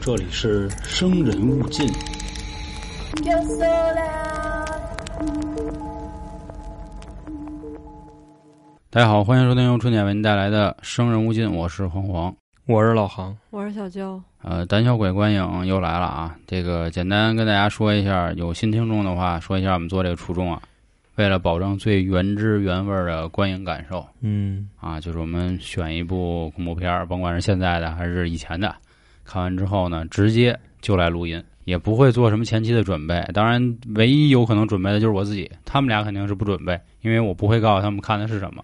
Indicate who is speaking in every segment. Speaker 1: 这里是生人勿近。
Speaker 2: You're so loud.
Speaker 3: 大家好，欢迎收听由春点为您带来的《生人勿近》，我是黄黄。
Speaker 4: 我是老航，
Speaker 5: 我是小娇，
Speaker 3: 呃，胆小鬼观影又来了啊！这个简单跟大家说一下，有新听众的话，说一下我们做这个初衷啊，为了保证最原汁原味的观影感受
Speaker 4: 嗯，
Speaker 3: 啊，就是我们选一部恐怖片儿，甭管是现在的还是以前的，看完之后呢，直接就来录音，也不会做什么前期的准备。当然，唯一有可能准备的就是我自己，他们俩肯定是不准备，因为我不会告诉他们看的是什么。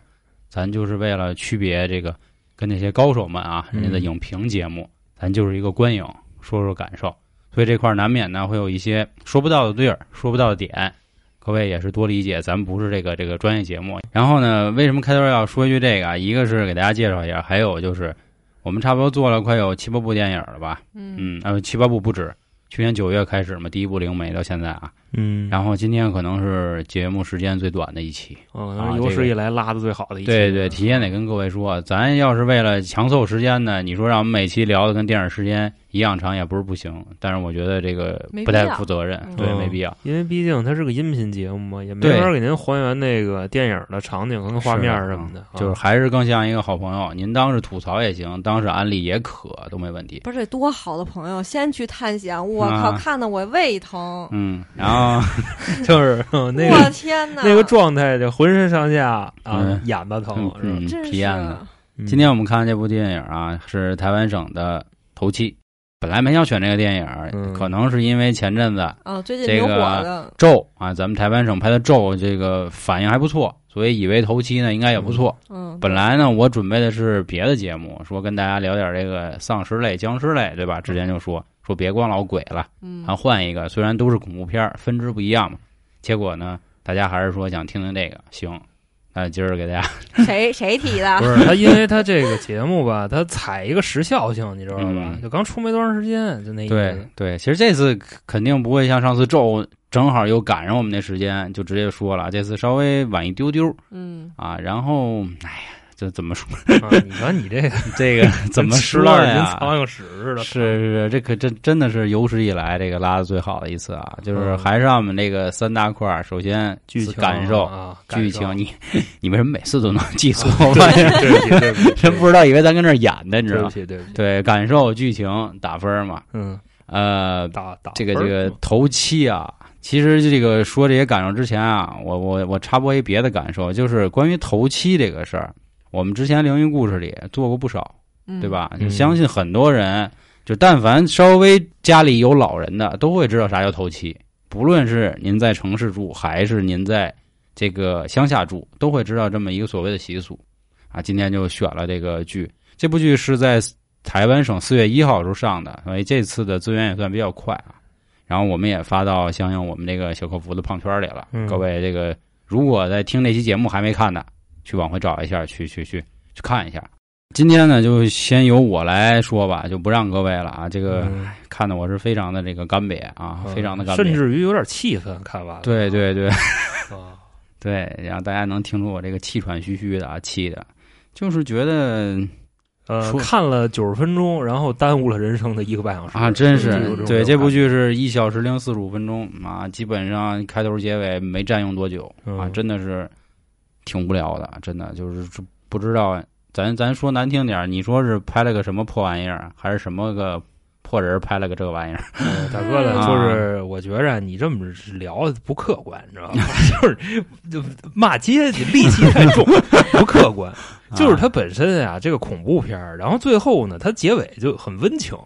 Speaker 3: 咱就是为了区别这个跟那些高手们啊，
Speaker 4: 嗯
Speaker 3: 人家的影评节目，咱就是一个观影，说说感受。所以这块儿难免呢会有一些说不到的地儿，说不到的点，各位也是多理解，咱们不是这个这个专业节目。然后呢，为什么开头要说一句这个啊？一个是给大家介绍一下，还有就是我们差不多做了快有七八部电影了吧？
Speaker 5: 嗯
Speaker 3: 嗯，呃，七八部不止。去年九月开始嘛，第一部《灵媒》到现在啊，
Speaker 4: 嗯，
Speaker 3: 然后今天可能是节目时间最短的一期，
Speaker 4: 嗯，
Speaker 3: 啊
Speaker 4: 有
Speaker 3: 这个
Speaker 4: 史以来拉的最好的一期，
Speaker 3: 对对，提前得跟各位说，咱要是为了强凑时间呢，你说让我们每期聊的跟电影时间一样长也不是不行，但是我觉得这个
Speaker 5: 没
Speaker 3: 不
Speaker 5: 必
Speaker 3: 太
Speaker 5: 要
Speaker 3: 负责任，
Speaker 5: 嗯
Speaker 3: 对，没
Speaker 4: 嗯
Speaker 3: 必要。
Speaker 4: 因为毕竟它是个音频节目嘛，也没
Speaker 3: 对
Speaker 4: 法给您还原那个电影的场景跟画面什么的，啊
Speaker 3: 就是还是更像一个好朋友，您当是吐槽也行，当是安利也可，都没问题。
Speaker 5: 不是这多好的朋友，先去探险，我
Speaker 3: 啊
Speaker 5: 靠，看的我胃
Speaker 4: 哦
Speaker 5: 疼，
Speaker 3: 嗯，然 后就是
Speaker 4: 嗯 那
Speaker 5: 我
Speaker 4: 个
Speaker 5: 天哪，
Speaker 4: 那个状态就浑身上下啊
Speaker 3: 嗯
Speaker 4: 眼巴疼
Speaker 3: 嗯，
Speaker 4: 是吧
Speaker 3: 嗯
Speaker 5: 真是
Speaker 3: 体验的。
Speaker 4: 嗯
Speaker 3: 今天我们看这部电影啊，是台湾省的头七。本来没想选这个电影，
Speaker 4: 嗯
Speaker 3: 可能是因为前阵子
Speaker 5: 啊，最近
Speaker 3: 这
Speaker 5: 挺
Speaker 3: 个
Speaker 5: 火的，
Speaker 3: 咒啊，咱们台湾省拍的咒，这个反应还不错，所以以为头七呢应该也不错。
Speaker 5: 嗯，
Speaker 3: 本来呢，我准备的是别的节目，说跟大家聊点这个丧尸类、僵尸类，对吧？之前就说说别光老鬼了，
Speaker 5: 嗯
Speaker 3: 然后换一个，虽然都是恐怖片儿，分支不一样嘛。结果呢，大家还是说想听听这个，行，那今儿给大家
Speaker 5: 谁谁提
Speaker 4: 不
Speaker 5: 的？
Speaker 4: 是他，因为他这个节目吧，他踩一个时效性，你知道吧
Speaker 3: 嗯？
Speaker 4: 就刚出没多长时间，就那意
Speaker 3: 对
Speaker 4: 思。
Speaker 3: 对，其实这次肯定不会像上次咒，正好又赶上我们那时间，就直接说了，这次稍微晚一丢丢
Speaker 5: 嗯，
Speaker 3: 啊。然后，哎呀，这怎么说？
Speaker 4: 啊你说 你这个
Speaker 3: 这个怎么
Speaker 4: 跟吃
Speaker 3: 说
Speaker 4: 了人
Speaker 3: 呀？
Speaker 4: 苍蝇屎似的？
Speaker 3: 是是是，这可真真的是有史以来这个拉的最好的一次啊！就是
Speaker 4: 嗯
Speaker 3: 还是让我们这个三大块儿，首先
Speaker 4: 剧情
Speaker 3: 感受、
Speaker 4: 啊，
Speaker 3: 剧
Speaker 4: 感受啊
Speaker 3: 情，你 你为什么每次都能记错？我发现
Speaker 4: 对不起，对不 起，
Speaker 3: 真不知道，以为咱跟这儿演的，你知
Speaker 4: 对
Speaker 3: 道
Speaker 4: 不
Speaker 3: 吗？
Speaker 4: 起，对不起，
Speaker 3: 对，感受、剧情打分儿嘛。
Speaker 4: 嗯，
Speaker 3: 呃，
Speaker 4: 打打
Speaker 3: 这个
Speaker 4: 分
Speaker 3: 这
Speaker 4: 儿嗯
Speaker 3: 个头七啊，其实这个说这些感受之前啊，我我我插播一别的感受，就是关于头七这个事儿，我们之前灵异故事里做过不少。
Speaker 5: 嗯
Speaker 3: 对？吧？
Speaker 4: 嗯
Speaker 3: 相信很多人，就但凡稍微家里有老人的，都会知道啥叫头七。不论是您在城市住，还是您在这个乡下住，都会知道这么一个所谓的习俗。啊，今天就选了这个剧，这部剧是在台湾省四月一号时候上的，所以这次的资源也算比较快啊。然后我们也发到相应我们这个小客服的胖圈里了。
Speaker 4: 嗯
Speaker 3: 各位，这个如果在听这期节目还没看的，去往回找一下，去去去去看一下。今天呢，就先由我来说吧，就不让各位了啊。这个、
Speaker 4: 嗯
Speaker 3: 看的我是非常的这个干瘪啊，
Speaker 4: 嗯
Speaker 3: 非常的干瘪，
Speaker 4: 甚至于有点气愤，看完了。
Speaker 3: 对对对，
Speaker 4: 啊，
Speaker 3: 对，然后大家能听出我这个气喘吁吁的啊，气的，就是觉得
Speaker 4: 呃
Speaker 3: 说，
Speaker 4: 看了九十分钟，然后耽误了人生的一个半小时
Speaker 3: 啊，真
Speaker 4: 就是有种
Speaker 3: 对
Speaker 4: 感
Speaker 3: 这部
Speaker 4: 觉
Speaker 3: 剧是一小时零四十五分钟啊，基本上开头结尾没占用多久啊，
Speaker 4: 嗯
Speaker 3: 真的是挺无聊的，真的就是不知道，咱咱说难听点儿，你说是拍了个什么破玩意儿，啊还是什么个破人儿拍了个这个玩意儿？
Speaker 4: 呃大哥了，
Speaker 3: 啊
Speaker 4: 就是我觉着你这么聊不客观，你知道吗？ 就是就骂街你戾气太重，不客观。
Speaker 3: 啊
Speaker 4: 就是它本身啊，这个恐怖片儿，然后最后呢，它结尾就很温情，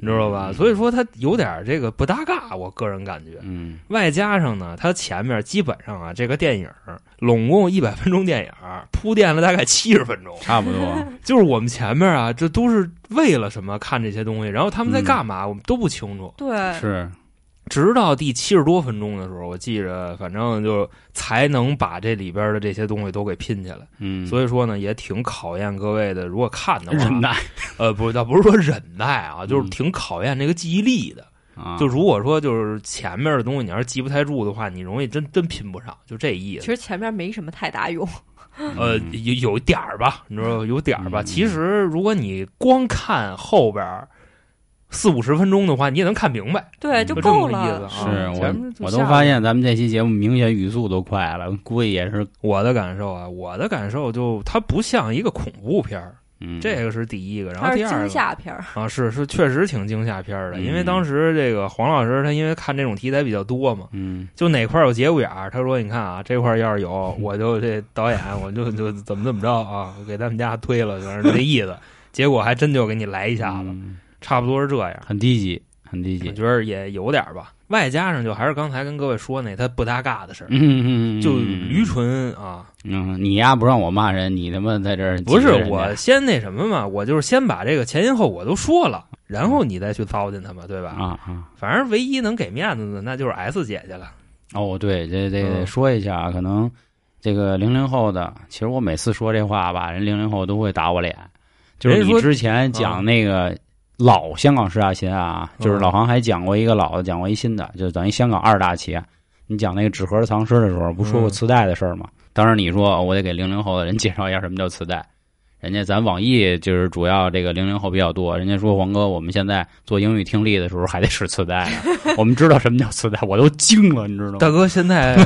Speaker 4: 你知道吧？
Speaker 3: 嗯
Speaker 4: 所以说它有点这个不搭嘎，我个人感觉。
Speaker 3: 嗯
Speaker 4: 外加上呢，它前面基本上啊，这个电影儿拢共一百分钟电影儿铺垫了大概七十分钟，
Speaker 3: 差不 多。
Speaker 4: 就是我们前面啊，这都是为了什么看这些东西，然后他们在干嘛，我们都不清楚。
Speaker 5: 对，
Speaker 3: 是，
Speaker 4: 直到第七十多分钟的时候，我记着，反正就才能把这里边的这些东西都给拼起来。
Speaker 3: 嗯，以
Speaker 4: 所以说呢，也挺考验各位的，如果看的
Speaker 3: 忍
Speaker 4: 话，
Speaker 3: 耐
Speaker 4: 呃，不，倒不是说忍耐啊，就是
Speaker 3: 嗯
Speaker 4: 挺考验这个记忆力的。
Speaker 3: 啊，
Speaker 4: 就如果说就是前面的东西，你要是记不太住的话，你容易真真拼不上，就这意
Speaker 5: 其
Speaker 4: 思。
Speaker 5: 实前面没什么太大用，
Speaker 3: 嗯
Speaker 4: 呃，有有点儿吧，你知道吧有点儿吧。
Speaker 3: 嗯
Speaker 4: 其实如果你光看后边儿四五十分钟的话，你也能看明白，
Speaker 3: 嗯
Speaker 5: 对，就
Speaker 4: 就这
Speaker 5: 够
Speaker 4: 么个意思啊。
Speaker 5: 了。嗯
Speaker 3: 是
Speaker 4: 前
Speaker 3: 我
Speaker 4: 面就
Speaker 3: 我都
Speaker 4: 下
Speaker 3: 发
Speaker 4: 来了
Speaker 3: 现咱们这期节目明显语速都快了，估计也是
Speaker 4: 我的感受啊，我的感受就它不像一个恐怖片儿，
Speaker 3: 嗯
Speaker 4: 这个是第一个，然
Speaker 5: 它
Speaker 4: 后
Speaker 5: 是
Speaker 4: 第二
Speaker 5: 惊
Speaker 4: 个
Speaker 5: 吓片儿，
Speaker 4: 啊是是确实挺惊吓片儿的，因为
Speaker 3: 嗯
Speaker 4: 当时这个黄老师他因为看这种题材比较多嘛，
Speaker 3: 嗯
Speaker 4: 就哪块儿有节骨眼儿，他说：“你 看啊，这块儿要是有，我就这导演，我就就怎么怎么着啊，我给他们家推了，反正这意思。结果还真就给你来一下子，
Speaker 3: 嗯
Speaker 4: 差不多是这样。
Speaker 3: 很低级，很低级
Speaker 4: 我，觉得也有点儿吧，外加上就还是刚才跟各位说那他不搭嘎的事儿，
Speaker 3: 嗯嗯嗯，
Speaker 4: 就
Speaker 3: 嗯
Speaker 4: 愚。蠢啊！
Speaker 3: 嗯，你呀不让我骂人，你他妈在这儿
Speaker 4: 不是
Speaker 3: 挤人家
Speaker 4: 我先那什么嘛，我就是先把这个前因后果都说了，然
Speaker 3: 嗯
Speaker 4: 后你再去糟践他嘛，对吧？
Speaker 3: 啊啊！
Speaker 4: 反正唯一能给面子的那就是 S 姐姐了，
Speaker 3: 哦，对，这这
Speaker 4: 嗯
Speaker 3: 得说一下啊，可能这个零零后的，其实我每次说这话吧，人零零后都会打我脸。就是
Speaker 4: 人家
Speaker 3: 你
Speaker 4: 说嗯
Speaker 3: 之前讲那个老香港十大奇案啊，就是
Speaker 4: 嗯
Speaker 3: 老航还讲过一个老的，讲过一新的，就等于香港二大奇案。你讲那个纸盒藏尸的时候，不说过
Speaker 4: 嗯
Speaker 3: 磁带的事儿吗？当时你说哦我得给零零后的人 介绍一下什么叫磁带，人家咱网易就是主要这个零零后比较多，人家说黄哥，我们现在做英语听力的时候还得使磁带 呢，我们知道什么叫磁带，我都惊了，你知道吗？
Speaker 4: 大哥，现在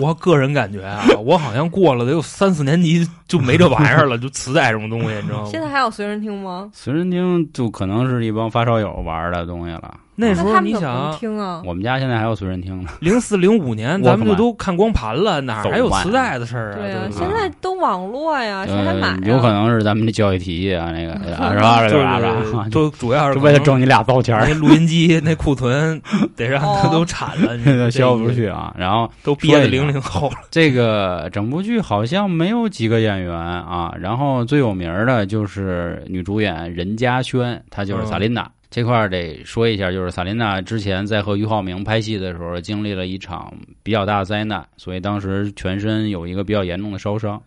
Speaker 4: 我个人感觉啊，我好像过了得有三四年级就没这玩意儿了，就磁带这种东西，你知道
Speaker 5: 现在
Speaker 4: 吗？
Speaker 5: 还有随身听吗？
Speaker 3: 随身听就可能是一帮发烧友玩的东西了。
Speaker 4: 那时
Speaker 5: 那
Speaker 4: 候
Speaker 5: 他们
Speaker 4: 你
Speaker 5: 怎
Speaker 4: 想
Speaker 5: 么
Speaker 4: 啊
Speaker 5: 不，听啊？
Speaker 3: 我们家现在还有随身听呢，
Speaker 4: 零四零五年
Speaker 3: 我
Speaker 4: 咱们就
Speaker 3: 可买
Speaker 4: 都看光盘了，哪还有磁带的事儿啊？
Speaker 5: 对啊，
Speaker 4: 不
Speaker 5: 现在都网络呀，谁还买啊嗯
Speaker 3: 呃
Speaker 5: 呀？，
Speaker 3: 嗯有可能是咱们这教育体系啊，那个二十八二
Speaker 4: 就
Speaker 3: 十八
Speaker 4: 是 就主要是
Speaker 3: 就为了
Speaker 4: 可能
Speaker 3: 挣你俩糟钱儿，
Speaker 4: 那录音机那库存得让它
Speaker 5: 哦
Speaker 4: 都产了， 你这
Speaker 3: 消不出，去啊。然后
Speaker 4: 都憋
Speaker 3: 说
Speaker 4: 得
Speaker 3: 一下
Speaker 4: 零零后了。
Speaker 3: 这个整部剧好像没有几个演员啊，然后最有名儿的就是女主演任嘉萱，她就是
Speaker 4: 嗯
Speaker 3: 萨琳娜。这块儿得说一下，就是萨琳娜之前在和俞灏明拍戏的时候，经历了一场比较大的灾难，所以当时全身有一个比较严重的烧伤，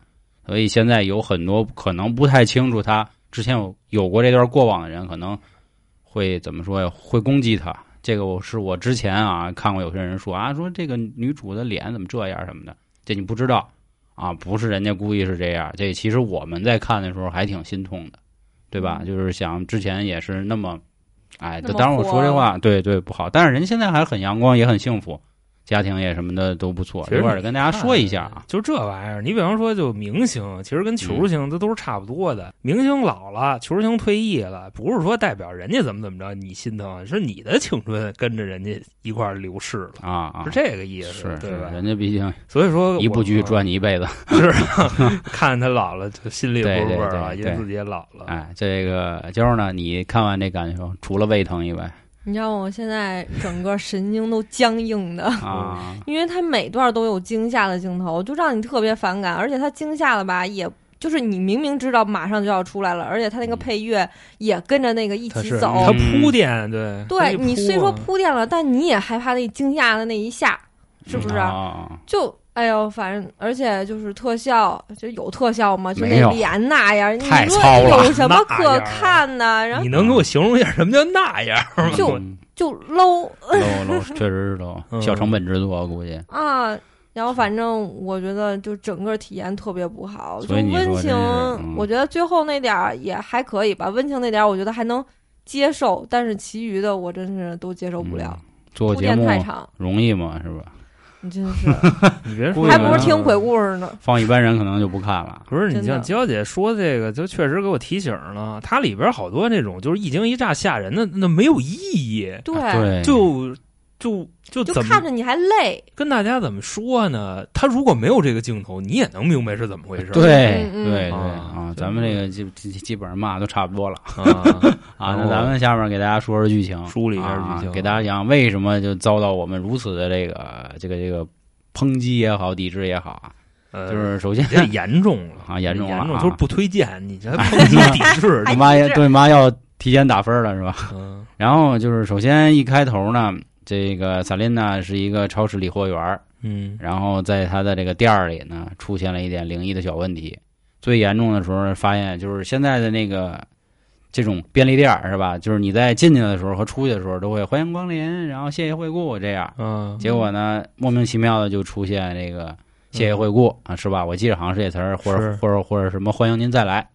Speaker 3: 所以现在有很多可能不太清楚她之前有有过这段过往的人，可能会怎么说呀？会攻击她。这个我是我之前啊看过有些人说啊，说这个女主的脸怎么这样什么的，这你不知道啊，不是人家故意是这样。这其实我们在看的时候还挺心痛的，对
Speaker 4: 嗯
Speaker 3: 吧？就是想之前也是那么，哎，
Speaker 5: 那么
Speaker 3: 当然我
Speaker 5: 火
Speaker 3: 说这话对对不好，但是人现在还很阳光，也很幸福，家庭也什么的都不错。
Speaker 4: 其实
Speaker 3: 这块儿
Speaker 4: 你
Speaker 3: 跟大家说一下啊，
Speaker 4: 就这玩意儿，你比方说，就明星，其实跟球
Speaker 3: 嗯
Speaker 4: 星这都是差不多的。明星老了，球星退役了，不是说代表人家怎么怎么着，你心疼，是你的青春跟着人家一块儿流逝了，
Speaker 3: 啊啊
Speaker 4: 是，这个意思，
Speaker 3: 是
Speaker 4: 对
Speaker 3: 是
Speaker 4: 吧？
Speaker 3: 人家毕竟
Speaker 4: 所以说，
Speaker 3: 一部剧
Speaker 4: 专
Speaker 3: 赚你一辈子。
Speaker 4: 是啊 看他老了，就心里不
Speaker 3: 对
Speaker 4: 是
Speaker 3: 对
Speaker 4: 味儿啊，
Speaker 3: 对
Speaker 4: 因为
Speaker 3: 对
Speaker 4: 自己也老了。
Speaker 3: 哎，这个娇儿呢，你看完这感受，除了胃疼以外
Speaker 5: 你知道我现在整个神经都僵硬的，
Speaker 3: 啊，
Speaker 5: 因为它每段都有惊吓的镜头，就让你特别反感，而且它惊吓了吧，也就是你明明知道马上就要出来了，而且它那个配乐也跟着那个一
Speaker 4: 他
Speaker 5: 起
Speaker 4: 嗯是
Speaker 5: 走，
Speaker 4: 他
Speaker 3: 嗯
Speaker 4: 铺垫，对
Speaker 5: 对
Speaker 4: 他一
Speaker 5: 你
Speaker 4: 铺
Speaker 5: 虽说
Speaker 4: 啊
Speaker 5: 铺垫了，但你也害怕那惊讶的那一下，是不是？
Speaker 3: 啊，
Speaker 5: 就哎呦，反正而且就是特效，就有特效吗？就
Speaker 3: 没
Speaker 5: 那
Speaker 3: 有
Speaker 5: 脸那样，你
Speaker 3: 太
Speaker 5: 说
Speaker 3: 糙了
Speaker 5: 有什么
Speaker 4: 那
Speaker 3: 啊
Speaker 5: 可
Speaker 4: 样
Speaker 5: 看的？然后
Speaker 4: 你能给我形容一下什么叫那 样儿？
Speaker 5: 就
Speaker 3: 嗯
Speaker 5: 就 low
Speaker 3: 搂 搂，确实是搂，
Speaker 4: 嗯
Speaker 3: 小成本制作估计。
Speaker 5: 啊。然后反正我觉得就整个体验特别不好，就
Speaker 3: 所以你说
Speaker 5: 温
Speaker 3: 真
Speaker 5: 情
Speaker 3: 是嗯，
Speaker 5: 我觉得最后那点儿也还可以吧，温情那点儿我觉得还能接受，但是其余的我真是都接受不了，
Speaker 3: 做嗯
Speaker 5: 铺
Speaker 3: 节
Speaker 5: 垫
Speaker 3: 目
Speaker 5: 太长，
Speaker 3: 容易吗？是吧？
Speaker 5: 你真 是
Speaker 4: 你别
Speaker 3: 说
Speaker 4: 说，
Speaker 5: 还不如听鬼故事呢。
Speaker 3: 放一般人可能就不看了。
Speaker 4: 不是你
Speaker 5: 真的
Speaker 4: 像娇姐说这个，就确实给我提醒了。它里边好多那种就是一惊一乍吓人的，那没有意义，
Speaker 3: 哎
Speaker 5: 对，
Speaker 3: 啊对，
Speaker 4: 就就就
Speaker 5: 就
Speaker 4: 怎
Speaker 5: 看
Speaker 4: 么
Speaker 5: 着你还累，
Speaker 4: 跟大家怎么说呢？他如果没有这个镜头，你也能明白是怎么回事。
Speaker 3: 对
Speaker 5: 嗯嗯
Speaker 3: 对对
Speaker 4: 啊
Speaker 3: 啊
Speaker 4: 真，
Speaker 3: 咱们这个基基基本上嘛都差不多 了
Speaker 4: 啊，
Speaker 3: 啊。
Speaker 4: 然
Speaker 3: 那
Speaker 4: 后
Speaker 3: 咱们下面给大家说说剧情，
Speaker 4: 梳理一下剧情
Speaker 3: 啊给大家讲为什么就遭到我们如此的这个这个这个抨击也好，抵制也好啊。
Speaker 4: 呃
Speaker 3: 就是首先
Speaker 4: 这严重了
Speaker 3: 啊严重了
Speaker 4: 严重
Speaker 3: 啊
Speaker 4: 就是不推荐你，这 还抨击抵制
Speaker 5: 哎
Speaker 3: 你妈也
Speaker 5: 是
Speaker 3: 对妈要提前打分了是吧？
Speaker 4: 嗯
Speaker 3: 然后就是首先一开头呢，这个萨琳娜是一个超市理货员儿，
Speaker 4: 嗯
Speaker 3: 然后在她的这个店儿里呢，出现了一点灵异的小问题。最严重的时候，发现就是现在的那个这种便利店儿是吧？就是你在进去的时候和出去的时候都会欢迎光临，然后谢谢惠顾这
Speaker 5: 哦
Speaker 3: 样。
Speaker 4: 嗯
Speaker 3: 结果呢，莫名其妙的就出现这
Speaker 5: 嗯
Speaker 3: 个谢谢惠顾啊，是吧？我记得好像是这词儿，或者
Speaker 4: 是
Speaker 3: 或者或者什么欢迎您再来，
Speaker 4: 嗯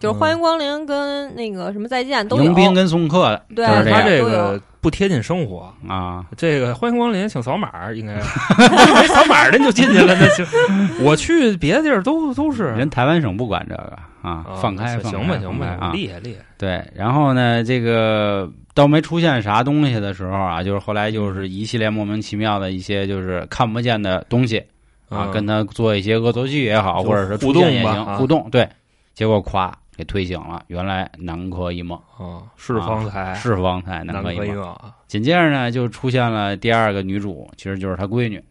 Speaker 5: 就是欢迎光临跟那个什么再见都有
Speaker 3: 佣，兵跟送客的
Speaker 5: 对，
Speaker 3: 就是
Speaker 5: 这
Speaker 3: 这
Speaker 4: 他
Speaker 3: 样
Speaker 5: 都
Speaker 4: 这
Speaker 5: 有
Speaker 4: 个不贴近生活，
Speaker 3: 啊，
Speaker 4: 这个欢迎光临，请扫码，应该没扫码的你就进去了，那行。我去别的地儿都都是
Speaker 3: 人台湾省不管这个啊
Speaker 4: 啊，
Speaker 3: 放开，放
Speaker 4: 行
Speaker 3: 开
Speaker 4: 吧行
Speaker 3: 放开
Speaker 4: 吧，
Speaker 3: 啊，
Speaker 4: 厉害厉害，
Speaker 3: 对，然后呢，这个倒没出现啥东西的时候啊，就是后来就是一系列莫名其妙的一些就是看不见的东西啊，
Speaker 4: 嗯
Speaker 3: 跟他做一些恶作剧也好，
Speaker 4: 就
Speaker 3: 或者是
Speaker 4: 互
Speaker 3: 出现
Speaker 4: 动
Speaker 3: 也
Speaker 4: 吧
Speaker 3: 行，
Speaker 4: 啊
Speaker 3: 互动对，结果咵给推醒了，原来南柯一梦，
Speaker 4: 啊，是方才
Speaker 3: 是方才南
Speaker 4: 南
Speaker 3: 柯
Speaker 4: 柯
Speaker 3: 一
Speaker 4: 一
Speaker 3: 梦。
Speaker 4: 梦啊，
Speaker 3: 紧接着呢，就出现了第二个女主，其实就是她闺女